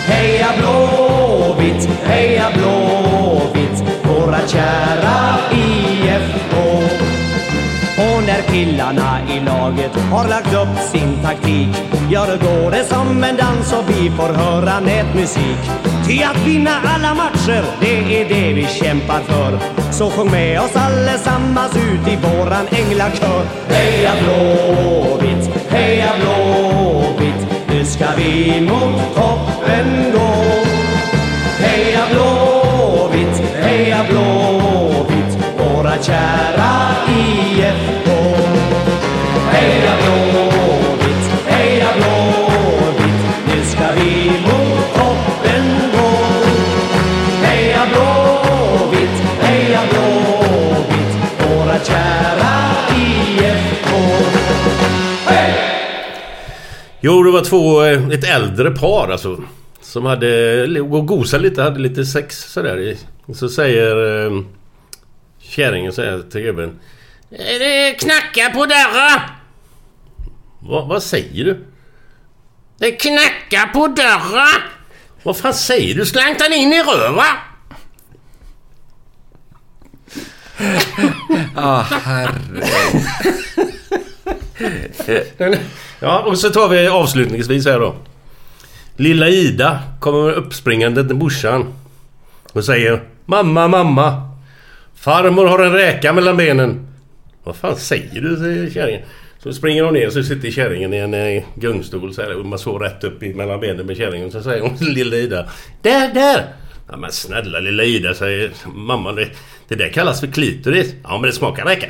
Heja Blåvitt, heja Blåvitt, våra kära IFK. Och när killarna i laget har lagt upp sin taktik, ja då går det som en dans och vi får höra nätmusik. Ty att vinna alla matcher, det är det vi kämpar för. Så sjung med oss allesammans ut i våran änglakör. Heja Blåvitt, heja Blåvitt, nu ska vi mot toppen gå. Heja Blåvitt, heja Blåvitt, våra kära IFK. Heja Blåvitt, heja Blåvitt, nu ska vi mot toppen gå. Heja Blåvitt, heja Blåvitt, våra kära IFK.
Jo, det var två... eh, Ett äldre par alltså. Som hade... låg Och gosade lite, hade lite sex sådär. i- Så säger... eh, Kärringen säger till gubben. Det knackar på dörren! Va, vad säger du? Det knackar på dörren! Vad fan säger du? Slank den in i röva!
Ah, herre.
Den- Ja, och så tar vi avslutningsvis här då. Lilla Ida kommer uppspringande till morsan och säger Mamma, mamma! Farmor har en räka mellan benen. Vad fan säger du? säger kärringen. Så springer hon ner så sitter kärringen i en eh, gungstol så här, och man såg rätt upp i mellan benen med kärringen. Så säger hon till lilla Ida. Där, där! Ja, men snälla lilla Ida säger mamma. Det, det där kallas för klitoris. Ja men det smakar räka.